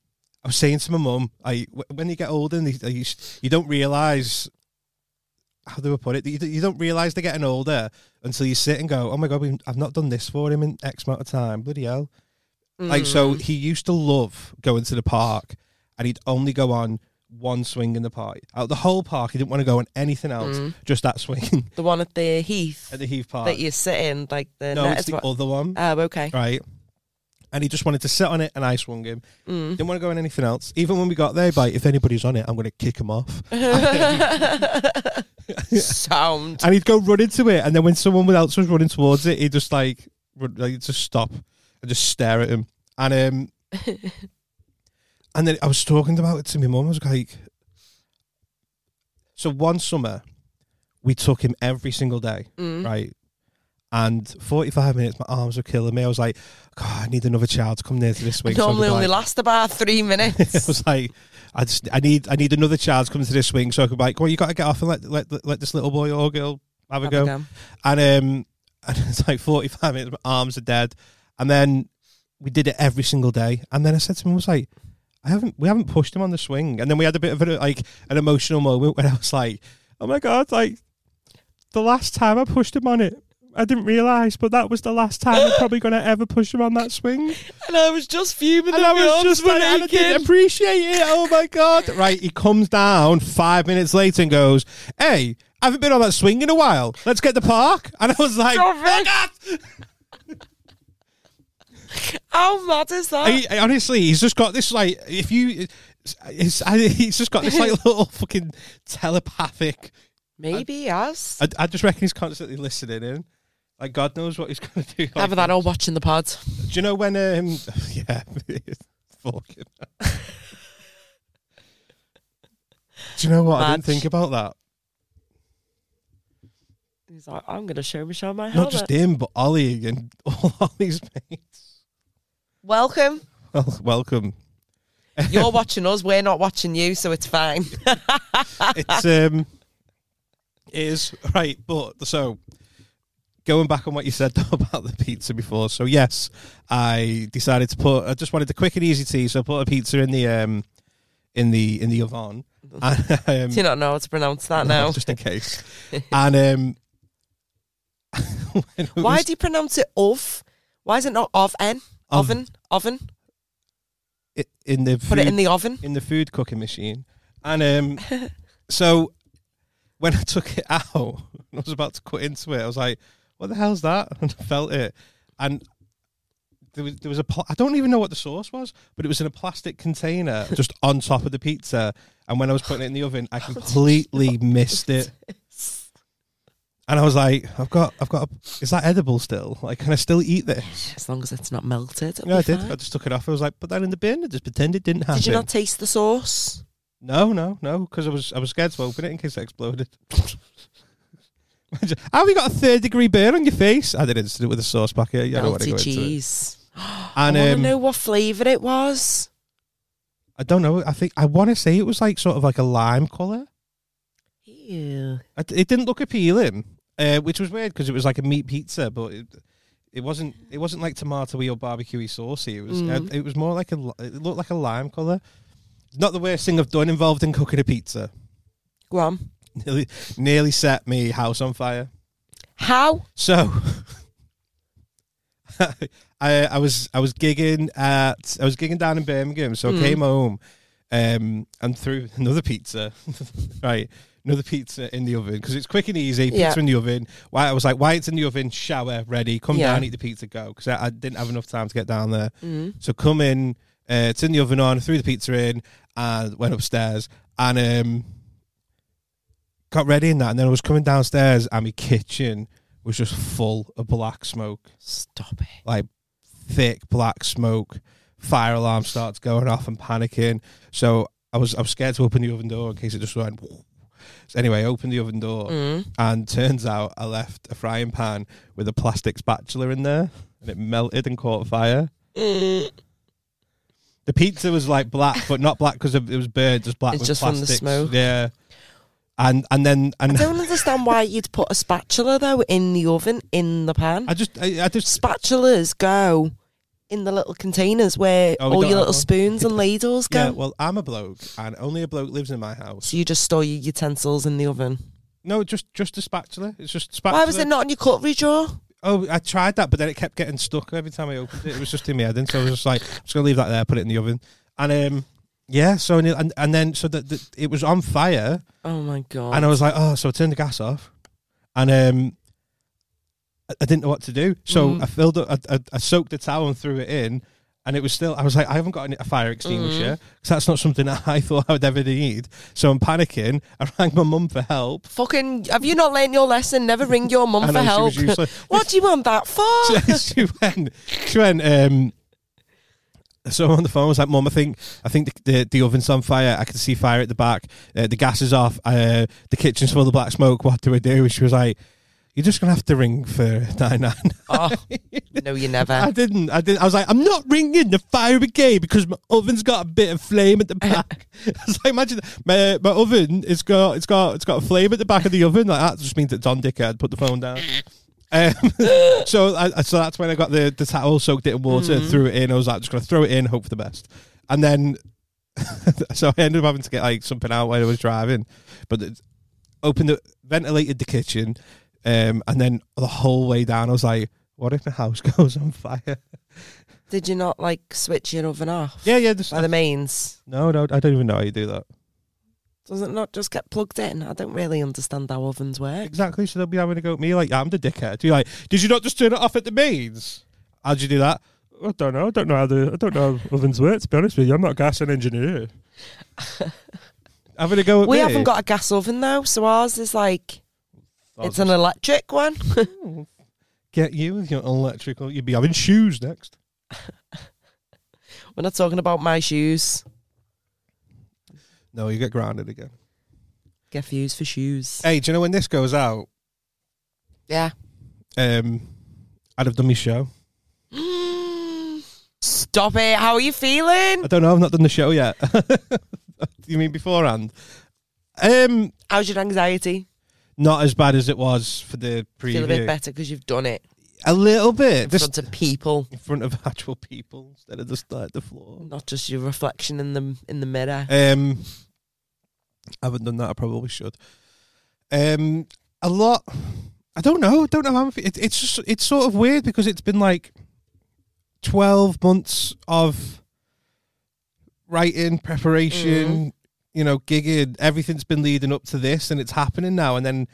I was saying to my mum, I wh- when you get older, and you, you, s- you don't realize how do I put it? You, d- you don't realize they're getting older until you sit and go, oh my god, we, I've not done this for him in X amount of time. Bloody hell! Like so, he used to love going to the park, and he'd only go on. One swing in the park, out the whole park. He didn't want to go on anything else, just that swing [laughs] the one at the heath at the Heath Park. that you sit in, like the no, net it's is the what- other one [laughs] Oh, okay. [laughs] right? And he just wanted to sit on it, and I swung him. Didn't want to go on anything else. Even when we got there, like if anybody's on it, I'm going to kick him off. Sound. and he'd go run into it, and then when someone else was running towards it, he'd just like, run, like he'd just stop and just stare at him. And um, and then I was talking about it to my mum. I was like, so one summer, we took him every single day, right? And 45 minutes, my arms were killing me. I was like, God, I need another child to come near to this swing. So I was Normally only like- last about three I minutes. [laughs] was like, I just, I need, I need another child coming to this swing so I could be like, well, you got to get off and let, let, let this little boy or girl have a Have a go. go. And um, [laughs] and it's like forty five minutes, my arms are dead. And then we did it every single day. And then I said to him, I was like, I haven't, we haven't pushed him on the swing. And then we had a bit of a, like an emotional moment [laughs] when I was like, oh my god, like the last time I pushed him on it. I didn't realise, but that was the last time I'm probably going to ever push him on that swing. and I was just fuming. And I was just like, I didn't naked. appreciate it. Oh my god! Right, he comes down five minutes later and goes, "Hey, I haven't been on that swing in a while. Let's get the park." [laughs] And I was like, Stop "Fuck How mad is off." that? He- honestly, he's just got this like, if you, it's, I, he's just got this like little fucking telepathic. Maybe he has. I, I just reckon he's constantly listening in. Like God knows what he's [laughs] gonna do. Either that or watching the pod. Do you know when? Um, [laughs] yeah, fucking. Do you know what? I didn't Madge. think about that. He's like, I'm going to show Michelle my Not helmet. just him, but Ollie and [laughs] all Ollie's mates. [laughs] Welcome. Well, [laughs] welcome. You're watching us. We're not watching you, so [laughs] it's fine. It's um, it is right, but so going back on what you said [laughs] though about the pizza before. So yes, I decided to put. I just wanted the quick and easy tea, so I put a pizza in the um, in the in the [laughs] oven. And, um, Do you not know how to pronounce [laughs] that now? just in case. and um, [laughs] when it Why was- do you pronounce it of? Why is it not of n? Oven, oven. it- in the food, Put it in the oven. in the food cooking machine? And [laughs] um, so when I took it out, [laughs] and I was about to cut into it. I was like, "What the hell's that?" [laughs] And I felt it, and. There was, there was a pl- I don't even know what the sauce was, but it was in a plastic container [laughs] just on top of the pizza. And when I was putting it in the oven, Oh, I completely missed it. And I was like, I've got, I've got. A, is that edible still? Like, can I still eat this? [laughs] As long as it's not melted. it'll No, I be did. fine. I just took it off. I was like, put that in the bin. and just pretend it didn't happen. Did you not taste the sauce? No, no, no, because I was I was scared to open it in case it exploded. [laughs] Have you got a third degree burn on your face? I had an incident with a sauce packet. Yeah, I don't want to Melty go into it. cheese. I And want to um, know what flavour it was. I don't know. I think I want to say it was like sort of like a lime color. Ew. It didn't look appealing, uh, which was weird because it was like a meat pizza, but it, it It wasn't. It wasn't like tomatoey or barbecuey saucy. It was. Mm. uh, it was more like a. li- It looked like a lime color. Not the worst thing I've done involved in cooking a pizza. [laughs] Go on. Nearly, nearly set me house on fire. How? So, [laughs] I I was I was gigging at I was gigging down in Birmingham. So I came home, um, and threw [laughs] another pizza, right? Another pizza in the oven because it's quick and easy. Pizza Yeah. in the oven. Why I was like, why it's in the oven? Shower ready. Come Yeah. down, eat the pizza, go. Because I, I didn't have enough time to get down there. So come in. Uh, it's in the oven on. Threw the pizza in and went upstairs and um got ready in that, and then I was coming downstairs, and my kitchen was just full of black smoke, Stop it. like thick black smoke. Fire alarm starts going off and panicking. So I was I was scared to open the oven door in case it just went. So anyway, I opened the oven door, Hmm. and turns out I left a frying pan with a plastic spatula in there, and it melted and caught fire. The pizza was like black, but not black because it was burnt, just black It's with just from the plastics. smoke. Yeah, and and then and I [laughs] don't understand why you'd put a spatula though in the oven in the pan. I just, I, I just, Spatulas go in the little containers where Oh, we all don't your have little one. [laughs] spoons and ladles go. yeah. Well, I'm a bloke, and only a bloke lives in my house. so you just store your utensils in the oven. No, just, just a spatula. It's just spatula. Why was it not in your cutlery drawer? Oh, I tried that, but then it kept getting stuck every time I opened it. It was just in my head, and so I was just like, I'm just gonna leave that there, put it in the oven, and um, yeah. So and and, and then so that that it was on fire, Oh my god! and I was like, oh, so I turned the gas off, and um, I, I didn't know what to do, so Mm-hmm. I filled up, I, I, I soaked the towel and threw it in, and it was still. I was like, I haven't got any, a fire extinguisher Mm-hmm. because that's not something [laughs] that I thought I would ever need. So I'm panicking. I rang my mum for help. Fucking, have you not learned your lesson? Never ring your mum I for know, she was help. useless. what do you want [laughs] that for? she, she went. She went. Um, so on the phone I was like, "Mom, I think I think the, the the oven's on fire. I can see fire at the back. Uh, the gas is off. Uh, the kitchen's full of black smoke. What do I do?" She was like, "You're just gonna have to ring for nine nine. oh, no, you I never. didn't. I didn't. I was like, "I'm not ringing the fire brigade because my oven's got a bit of flame at the back." [laughs] I was like, "Imagine that. my my oven. It's got it's got it's got a flame at the back of the oven. Like that just means it's on dickhead. Put the phone down." Um, [laughs] so I, I- so that's when I got the, the towel, soaked it in water, threw it in. I was like, just gonna throw it in, hope for the best. And then, [laughs] so I ended up having to get like something out when I was driving, but it opened the ventilated the kitchen, um, and then the whole way down, I was like, what if the house [laughs] goes on fire? [laughs] Did you not like switch your oven off Yeah, yeah. Just, by the mains? no, no, I don't even know how you do that. Does it not just get plugged in? I don't really understand how ovens work. Exactly. So they'll be having a go at me like, I'm the dickhead. You're like, did you not just turn it off at the mains? How'd you do that? I don't know. I don't know how the I don't know how ovens work. To be honest with you, I'm not a gas and engineer. [laughs] having a go at We me. haven't got a gas oven though, so ours is like it's an electric one. get you with your electrical. You'd be having shoes next. We're not talking about my shoes. No, you get grounded again. Get views for shoes. Hey, do you know when this goes out? Yeah. Um, I'd have done my show. [gasps] Stop it. How are you feeling? I don't know. I've not done the show [laughs] yet. you mean beforehand? Um, How's your anxiety? not as bad as it was for the preview. Feel a bit better because you've done it A little bit. in Just front of people, in front of [laughs] actual people instead of just like the floor. not just your reflection in the in the mirror. Um, I haven't done that. I probably should. Um, a lot. I don't know. Don't know how. I'm, fe- it, it's just. It's sort of weird because it's been like twelve months of writing, preparation. You know, gigging. Everything's been leading up to this, and it's happening now. And then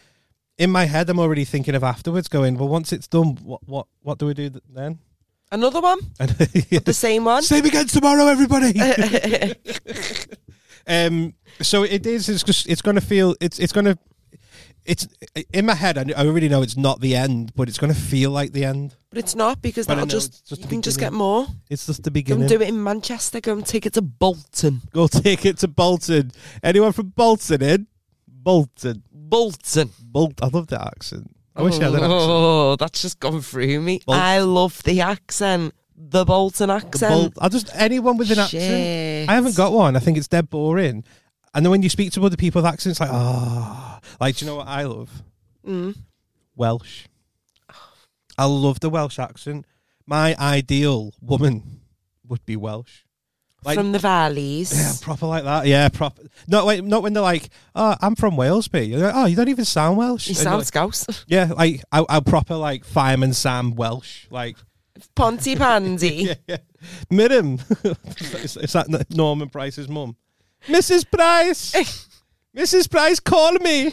in my head, I'm already thinking of afterwards. Going well. Once it's done, what what what do we do th- then? [laughs] Another one, And yeah. the same one. Same again tomorrow, [laughs] everybody. um, so it is. It's just. It's going to feel. It's. It's going to. It's in my head. I, I already know it's not the end, but it's going to feel like the end. But it's not because But I that'll know, it's just, just you the can just get beginning. more. It's just the Go beginning. and do it in Manchester. Go and take it to Bolton. Go take it to Bolton. Anyone from Bolton in? Bolton. Bolton. Bolt. I love that accent. I wish I had an accent. Oh, that's just gone through me. Bolton. I love the accent, the Bolton The accent. Bol- I just anyone with an accent. Shit. I haven't got one. I think it's dead boring. And then when you speak to other people with accents, like ah, like do you know what I love? Mm. Welsh. I love the Welsh accent. My ideal woman would be Welsh. Like- from the valleys. Yeah, proper like that. Yeah, proper. No, wait, not when they're like, "Oh, I'm from Wales, mate." You're like, "Oh, you don't even sound Welsh." You And you're sound like- scouse. yeah, like I, I proper like fireman Sam Welsh, like Ponty Pandy. [laughs] yeah, yeah. Miriam. is, is that N- Norman Price's mum? Mrs. Eh. Price, Mrs. Price, call me.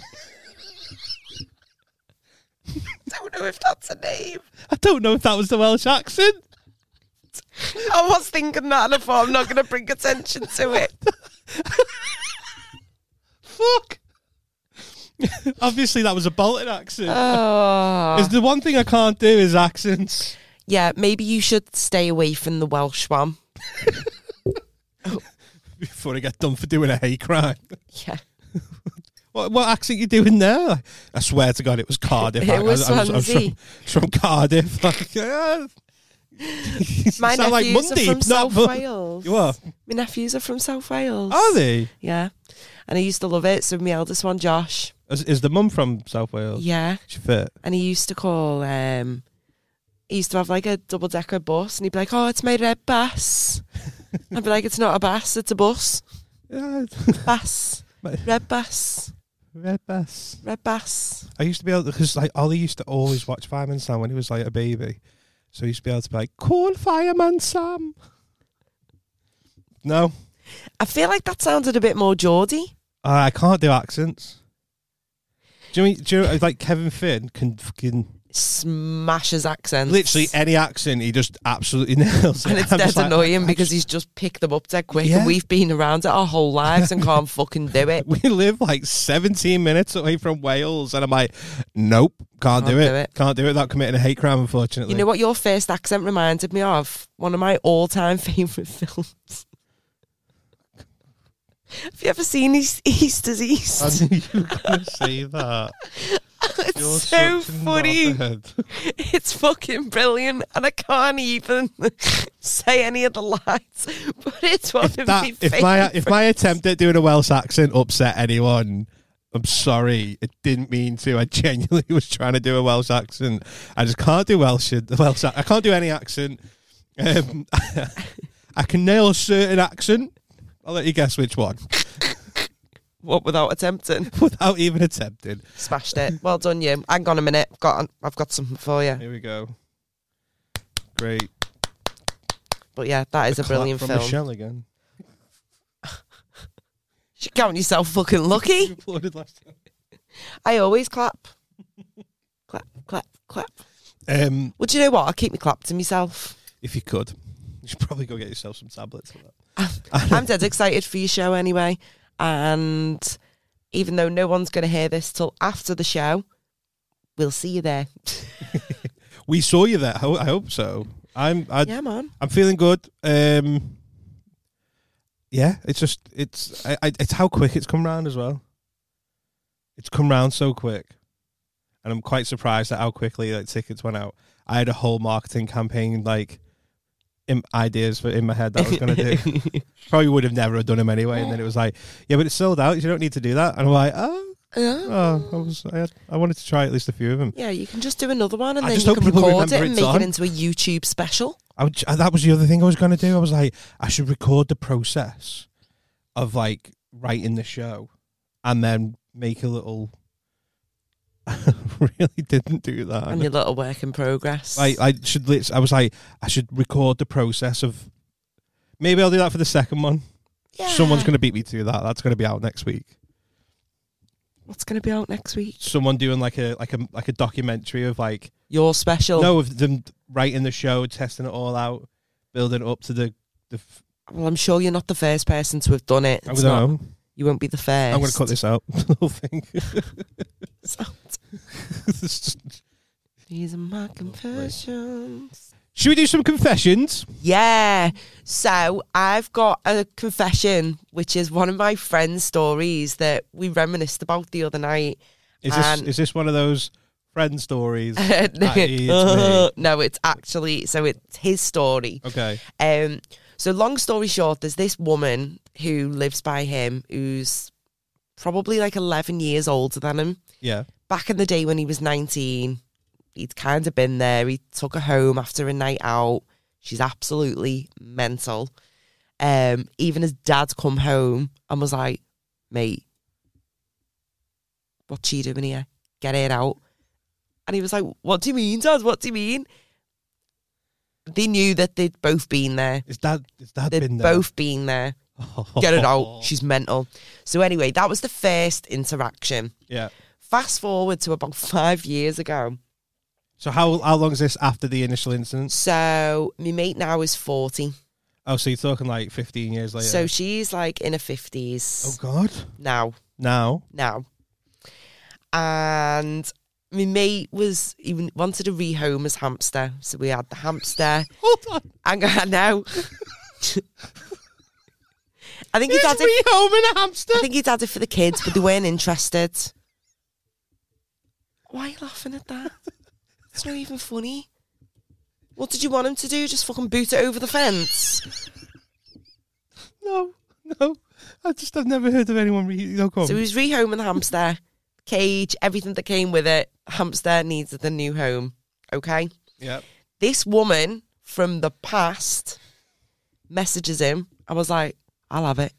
I don't know if that's a name. I don't know if that was the Welsh accent. I was thinking that and I thought I'm not going to bring attention to it. [laughs] Fuck. Obviously, that was a Bolton accent. Oh. is the one thing I can't do is accents. Yeah, maybe you should stay away from the Welsh one. Before I get done for doing a hate crime. Yeah. What, what accent you doing there? Like, I swear to God, it was Cardiff. It I, was I, I I Swansea. from, from Cardiff. [laughs] Like, yeah. You My sound like nephews Mundy, are from not South Mun- Wales. You are? My nephews are from South Wales. Are they? Yeah. And I used to love it. So my eldest one, Josh. Is, is the mum from South Wales? Yeah. She fit. And he used to call um he used to have like a double decker bus and he'd be like, Oh, it's my [laughs] red bus. I'd be like, It's not a bus, it's a bus. Yeah. Bus. Red bus. [laughs] Red Bass. Red bus. I used to be able to, because like Ollie used to always watch Fireman Sam when he was like a baby. So he used to be able to be like, call Fireman Sam. No, I feel like that sounded a bit more Geordie. Uh, I can't do accents. Do you mean, do you know, like Kevin Finn can fucking Smashes accents. literally any accent, he just absolutely [laughs] nails it. And it's I'm dead just like, annoying I because just- he's just picked them up dead quick, Yeah. and we've been around it our whole lives and can't fucking do [laughs] it. we live like 17 minutes away from Wales, and I'm like, nope, can't, do, it. Can't do it without committing a hate crime, unfortunately. You know what your first accent reminded me of? One of my all-time [laughs] favorite films. Have you ever seen East, East is East? I knew you were gonna say [laughs] that. it's You're so such a funny. [laughs] knobhead. It's fucking brilliant, and I can't even [laughs] say any of the lines. [laughs] But it's one If, of that, my if my favorite. if my attempt at doing a Welsh accent upset anyone, I'm sorry. It didn't mean to. I genuinely [laughs] was trying to do a Welsh accent. I just can't do Welsh. uh, Welsh. ac- I can't do any accent. Um, [laughs] I can nail a certain accent. I'll let you guess which one [laughs] What without attempting? without even attempting. Smashed it. Well done, you. Hang on a minute. I've got I've got something for you. Here we go. Great. But yeah, that is a Clap brilliant from film. Michelle [laughs] again. You're counting yourself fucking lucky. You applauded last time. I [laughs] always clap. clap, clap, clap. Um, Well, do you know what? I keep me clap [laughs] to myself. if you could, you should probably go get yourself some tablets for that. I'm dead excited for your show anyway. And even though no one's going to hear this till after the show, we'll see you there. We saw you there. I ho- I hope so. I'm. I, yeah, man. I'm feeling good. Um, yeah, it's just it's I, I, it's how quick it's come round as well. It's come round so quick, and I'm quite surprised at how quickly like tickets went out. I had a whole marketing campaign like in, ideas for in my head that I was going to do. Probably would have never have done them anyway. And then it was like, yeah, but it's sold out. You don't need to do that. And I'm like, oh, Yeah. oh I was I, had, I wanted to try at least a few of them. Yeah, you can just do another one and I then just you hope can people record it remember and it's make on. it into a YouTube special. I would, that was the other thing I was going to do. I was like, I should record the process of like writing the show, and then make a little. [laughs] really didn't do that. And your little work in progress. I I should lit. I was like, I should record the process of. Maybe I'll do that for the second one. yeah. Someone's going to beat me to that. That's going to be out next week. What's going to be out next week? Someone doing like a like a like a documentary of like Your special. no of them writing the show, testing it all out, building it up to the the. f- Well, I'm sure you're not the first person to have done it. I It's don't not- know. You won't be the first. I'm going to cut this out. [laughs] the whole thing. It's just- [laughs] These are my confessions. Should we do some confessions? Yeah. So I've got a confession, which is one of my friend's stories that we reminisced about the other night. [laughs] Is this Um, is this one of those friend [laughs] stories? no, it's [laughs] me. it's actually so it's his story. Okay. Um, so long story short, there's this woman who lives by him who's probably like 11 years older than him. Yeah. Back in the day when he was 19, he'd kind of been there. He took her home after a night out. She's absolutely mental. Um, even his dad's come home and was like, mate, what's she doing here? Get her out. And he was like, what do you mean, dad? What do you mean? They knew that they'd both been there. Is that is that They'd been there? [laughs] Oh. both been there. Get it out. She's mental. So anyway, that was the first interaction. yeah. Fast forward to about [laughs] five years ago. So how how long is this after the initial incident? So my mate now is 40. Oh, so you're talking like 15 years later. So she's like in her oh 50s God. now. Now. Now. And my mate was, he wanted to rehome his hamster. So we had the hamster. Hold on. Hang on now. [laughs] I think he'd had it. rehoming a hamster. I think he'd had it for the kids, but they weren't interested. Why are you laughing at that? It's not even funny. What did you want him to do? Just fucking boot it over the fence? No, no. I just I've never heard of anyone. Re- no, go on. So he was rehoming the hamster, cage, everything that came with it. Hamster needs the new home. Okay. yeah. [laughs] This woman from the past messages him. I was like, I'll have it.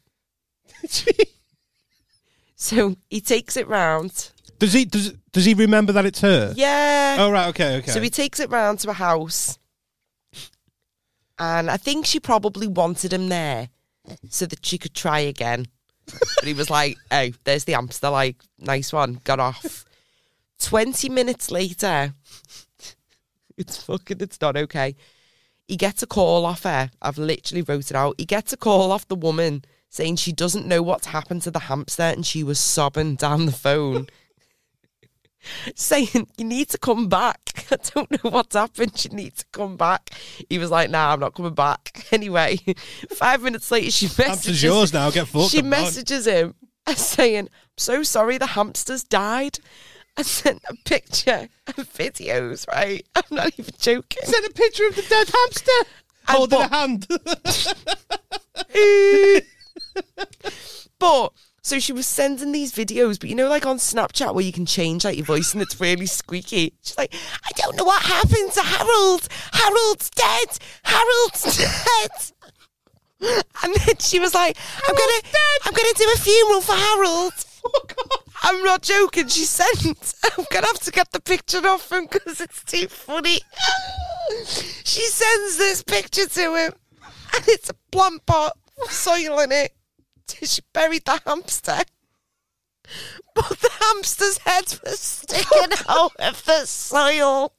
So he takes it round. does he does does he remember that it's her? Yeah. Oh right. Okay. Okay. So he takes it round to a house. And I think she probably wanted him there so that she could try again. but he was like, oh, there's the hamster, like, nice one, got off. 20 minutes later, [laughs] it's fucking, it's not okay. He gets a call off her. I've literally wrote it out. He gets a call off the woman saying she doesn't know what's happened to the hamster and she was sobbing [laughs] down the phone saying, You need to come back. [laughs] I don't know what's happened. You need to come back. He was like, Nah, I'm not coming back. [laughs] Anyway, five minutes later, she Hamster's messages yours now. Get fucked. she I'm gone. messages him [laughs] saying, I'm so sorry the hamster's died. [laughs] I sent a picture and videos, right? I'm not even joking. Send a picture of the dead hamster. And Holding what- a hand. But so she was sending these videos, but you know, like on Snapchat where you can change like your voice and it's really squeaky. She's like, I don't know what happened to Harold. Harold's dead. Harold's dead. And then she was like, I'm gonna I'm gonna do a funeral for Harold. I'm not joking, she sent [laughs] I'm gonna have to get the picture off him because it's too funny. she sends this picture to him and it's a plant pot with soil in it. So she buried the hamster. But the hamster's head was sticking out of the soil.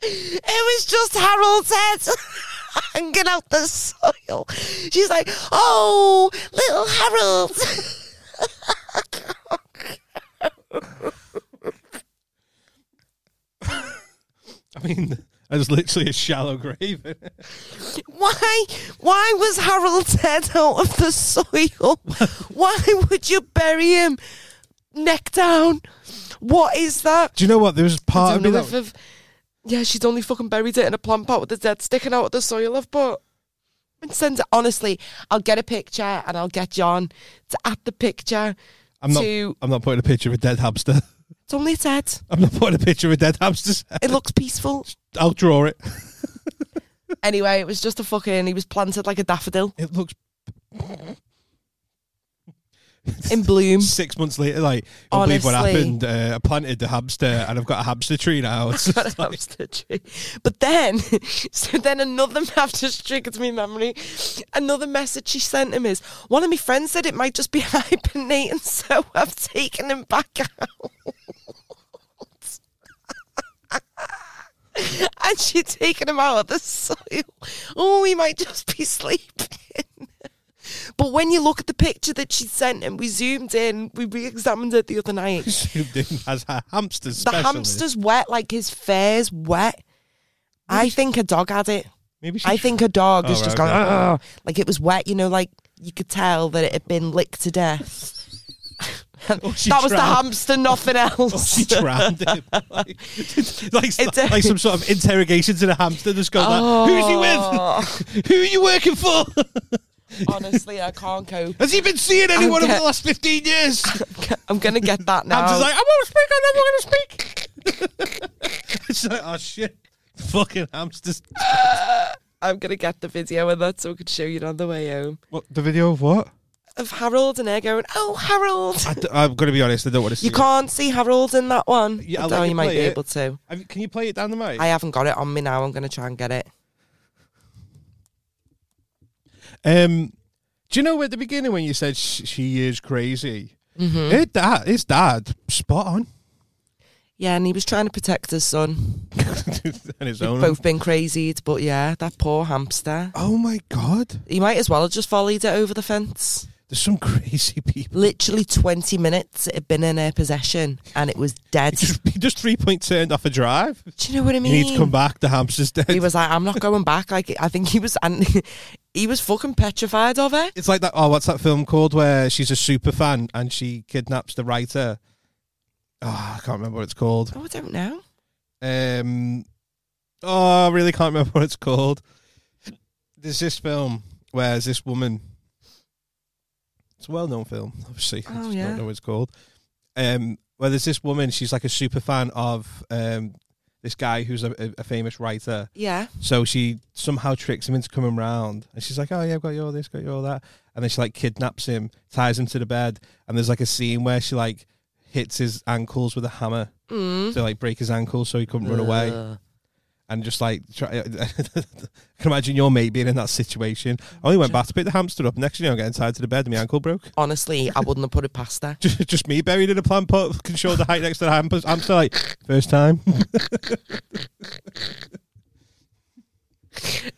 It was just Harold's head [laughs] hanging out the soil. She's like, oh, little Harold. [laughs] I mean, it's literally a shallow [laughs] grave. Why? Why was Harold's head out of the soil? Why would you bury him neck down? What is that? Do you know what? There was part of Don't me know that if I've- yeah, she's only fucking buried it in a plant pot with the dead sticking out of the soil. I've put. And sends it. Honestly, I'll get a picture and I'll get John to add the picture. I'm not. to, I'm not putting a picture of a dead hamster. [laughs] It's only its head. I'm not putting a picture of a dead hamster. [laughs] It looks peaceful. I'll draw it. anyway, it was just a fucking. He was planted like a daffodil It looks in bloom. six months later, like, I will believe what Honestly. happened. Uh, I planted the hamster and I've got a hamster tree now. [laughs] It's got a hamster tree. But then, [laughs] so then another, [laughs] I've just triggered my memory. Another message she sent him is one of my friends said it might just be [laughs] hibernating, so I've taken him back out. [laughs] and she'd taken him out of the soil. Oh, he might just be sleeping. But when you look at the picture that she sent him, we zoomed in, we re examined it the other night zoomed in as a hamster the specialist. hamster's wet, like his fur's wet. I think a dog had it. Maybe she I think a dog is Oh, just right, going, "Ugh." like it was wet, you know, like you could tell that it had been licked to death. [laughs] she that was the drowned. [laughs] hamster, nothing else. she [laughs] drowned him. [laughs] Like, like, It's- like some sort of interrogation to the hamster. Just go, Oh. like, who's he with? Who are you working for? [laughs] Honestly, I can't cope. Has he been seeing anyone over dead. [laughs] the last 15 years? I'm gonna get that now. [laughs] Hamster's like, I won't speak, [laughs] I'm never going to speak. it's like, oh shit, fucking hamsters. I'm gonna get the video of that so I can show you it on the way home. What the video of what? Of Harold and her going, "Oh, Harold!" I d- I'm gonna be honest. I don't want to see. You can't see Harold in that one. Yeah, Yeah, I'll I let know you you might play be it. able to. It. Have you- Can you play it down the mic? I haven't got it on me now. I'm gonna try and get it. Um, do you know at the beginning when you said sh- she is crazy? Mm-hmm. Her dad, his dad, spot on. [laughs] Yeah, and he was trying to protect his son. and his They've own. both been crazied, but yeah, that poor hamster. Oh my god, He might as well have just volleyed it over the fence. there's some [laughs] crazy people. [laughs] Literally 20 minutes it had been in her possession and it was [laughs] dead. Just, just three points turned off a drive. Do you know what I You mean? need to come back. The hamster's dead. He was like, I'm not going back. Like, I think he was, and [laughs] he was fucking petrified of her. it's like that. Oh, what's that film called where she's a super fan and she kidnaps the writer? Oh, I can't remember what it's called. Oh, I don't know. Um, oh, I really can't remember what it's called. There's this film where there's this woman. It's a well-known film, obviously. I Oh, just yeah. don't know what it's called. Um, where there's this woman, she's like a super fan of um this guy who's a, a, a famous writer. Yeah. So she somehow tricks him into coming round, and she's like, "Oh yeah, I've got you all this, got you all that," and then she like kidnaps him, ties him to the bed, and there's like a scene where she like hits his ankles with a hammer Mm. to like break his ankle so he couldn't [laughs] run away, Ugh. and just like try. [laughs] I can imagine your mate being in that situation. I only went back to pick the hamster up. Next thing you know, I'm getting tied to the bed, and my ankle broke. [laughs] Honestly, I wouldn't have put it past her. Just, just me buried in a plant pot, can show the height next to the hamster. hamster. Like first time. [laughs]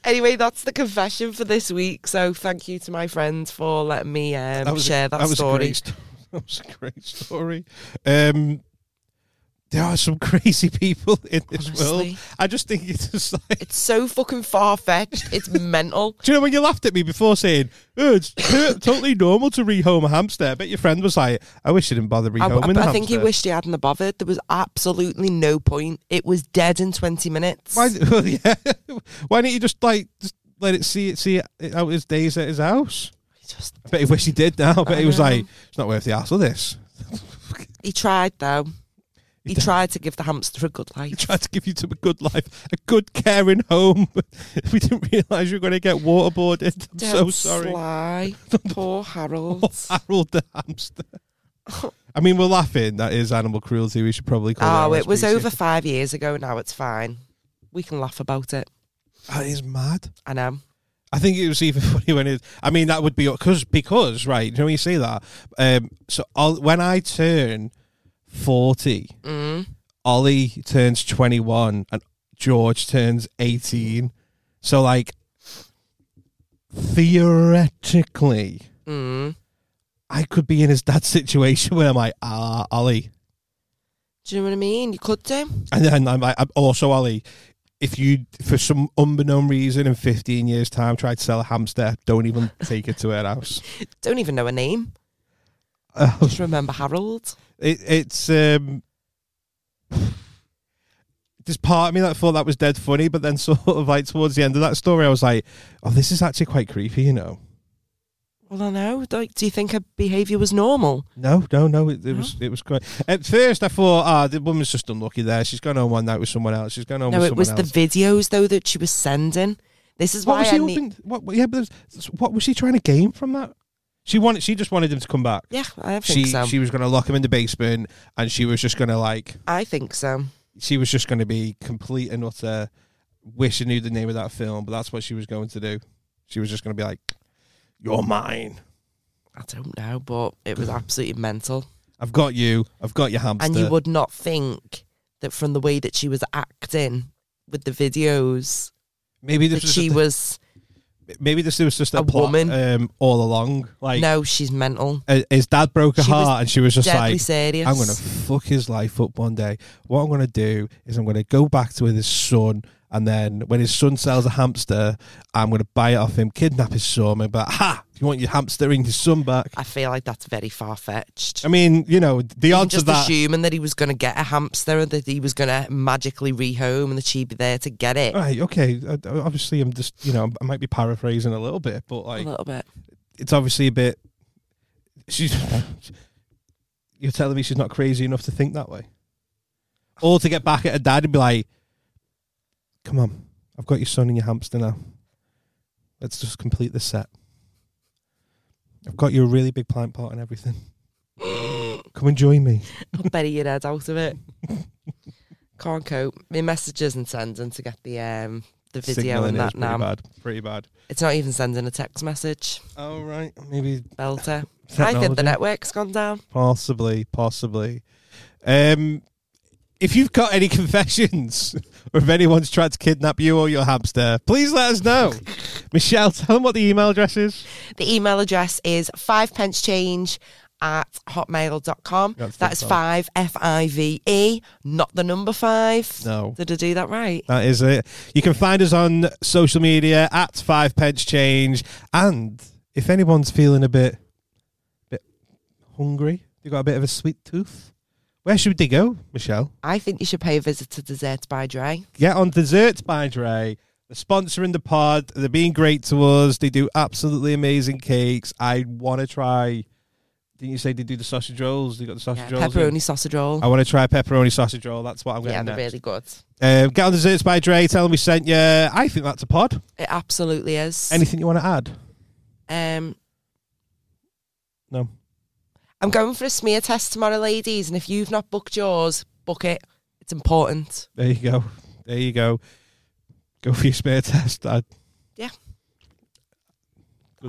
Anyway, that's the confession for this week. So thank you to my friends for letting me um, share that, was A story. great, sto- [laughs] that was a great story. Um, there are some [laughs] crazy people in this world. Honestly. I just think it's just [laughs] like. It's so fucking far [laughs] fetched. It's mental. Do you know when you laughed at me before saying, oh, it's [laughs] to- totally normal to rehome a hamster? I bet your friend was like, I wish you didn't bother I, rehoming I, the I think he hamster." wished he hadn't have bothered. There was absolutely no point. It was dead in 20 minutes. Why, [laughs] well, yeah. Why didn't you just like just let it see it see it out his days at his house? He just- I bet he wished he did now. I bet I he was know. like, it's not worth the hassle. This he tried, though. He did. tried to give the hamster a good We life. tried to give you some a good life, a good caring home. [laughs] we didn't realise you were going to get waterboarded. I'm so Don't sorry. [laughs] Sly. Poor Harold. Harold the hamster. I mean, we're laughing. That is animal cruelty. We should probably call oh, our it was species. over five years ago. Now it's fine. We can laugh about it. That is mad. I know. I think it was even [laughs] funny when it. I mean, that would be because because right. You know when you say that. Um, so I'll, when I turn forty, Mm, Ollie turns twenty one, and George turns eighteen. So like, theoretically, mm. I could be in his dad's [laughs] situation where I'm like, ah, Ollie, Do you know what I mean? You could do. and then I'm like, I'm also Ollie. If you, for some unbeknown reason, in 15 years' time, try to sell a hamster, don't even take it to her house. [laughs] Don't even know a name. Just remember Harold. It, it's um, there's part of me that thought that was dead funny, but then [laughs] sort of like towards the end of that story, I was like, oh, this is actually quite creepy, you know. Well, I know. Like, do you think her behaviour was normal? No, no, no. It, it was it was quite. At first, I thought, ah, the woman's just unlucky there. She's gone on one night with someone else. She's gone on No, with it someone was else. the videos though that she was sending. This is what why was I she need. hoping? What, what- yeah, but there's- what was she trying to gain from that? She wanted. She just wanted him to come back. Yeah, I She think so. she was going to lock him in the basement, and she was just going to like I think so. she was just going to be complete and utter. Wish I knew the name of that film, but that's what she was going to do. She was just going to be like, "You're mine. I don't know, but it was absolutely mental. I've got you. I've got your hamster." And you would not think that from the way that she was acting with the videos, maybe that this was she just, was maybe this was just a, a plot, woman. um, all along. Like no, she's mental, uh, his dad broke her She was heart, and she was just deadly like, serious. I'm going to fuck his life up one day. What I'm going to do is I'm going to go back to with his son. And then when his son sells a hamster, I'm going to buy it off him, kidnap his son, and be like, ha, you want your hamster and your son back? I feel like that's very far fetched. I mean, you know, the odds just of that. assuming that he was going to get a hamster and that he was going to magically rehome and that she'd be there to get it. All right, okay. I- I- Obviously, I'm just, you know, I might be paraphrasing a little bit, but A like, [gasps] little bit. [gasps] it's obviously a bit. She's. You're telling me she's not crazy enough to think that way? All to get back at a dad and be like, come on, I've got your son and your hamster now. Let's just complete this set. I've got you a really big plant pot and everything. Come and join me. I'll bury your head out of it. Can't cope. My messages and sending to get the um the video Signalling and is that pretty now. bad. Pretty bad. It's not even sending a text message. Oh, right. Maybe [laughs] Belter. I technology. think the network's gone down. Possibly, possibly. Um, if you've got any [laughs] confessions or if anyone's tried to kidnap you or your hamster, please let us know. Michelle, tell them what the email address is. The email address is five pence change at hotmail.com. That's That's the five F I V E, not the number five. No. Did I do that right? That is it. You can find us on social media at Five Pence Change. And if anyone's feeling a bit, bit hungry, they got a bit of a sweet tooth, where should they go, Michelle? I think you should pay a visit to Desserts by Dre. get on Desserts by Dre. They're sponsoring the pod. They're being great to us. They do absolutely amazing cakes. I want to try. Didn't you say they do the sausage rolls? They got the sausage Yeah, rolls. in? pepperoni sausage roll. I want to try a pepperoni sausage roll. That's what I'm yeah, getting they're next. really good. Um, get on Desserts by Dre. Tell them we sent you. I think that's a pod. It absolutely is. Anything you want to add? um, No. I'm going for a smear test tomorrow, ladies, and if you've not booked yours, book it. It's important. There you go. There you go. Go for your spare test. I,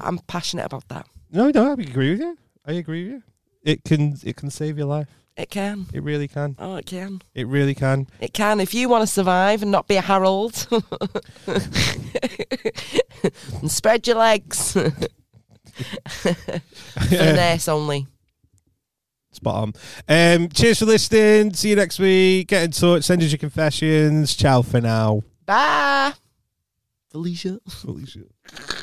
I'm passionate about that. no, no, I agree with you. I agree with you. It can it can save your life. It can. It really can. Oh, it can. It really [laughs] can. It can. If you want to survive and not be a Harold [laughs] and spread your legs for the nurse only. Spot on. Um, cheers for listening. See you next week. Get in touch. Send us your confessions. Ciao for now. [laughs] Bye. Felicia. Holy shit.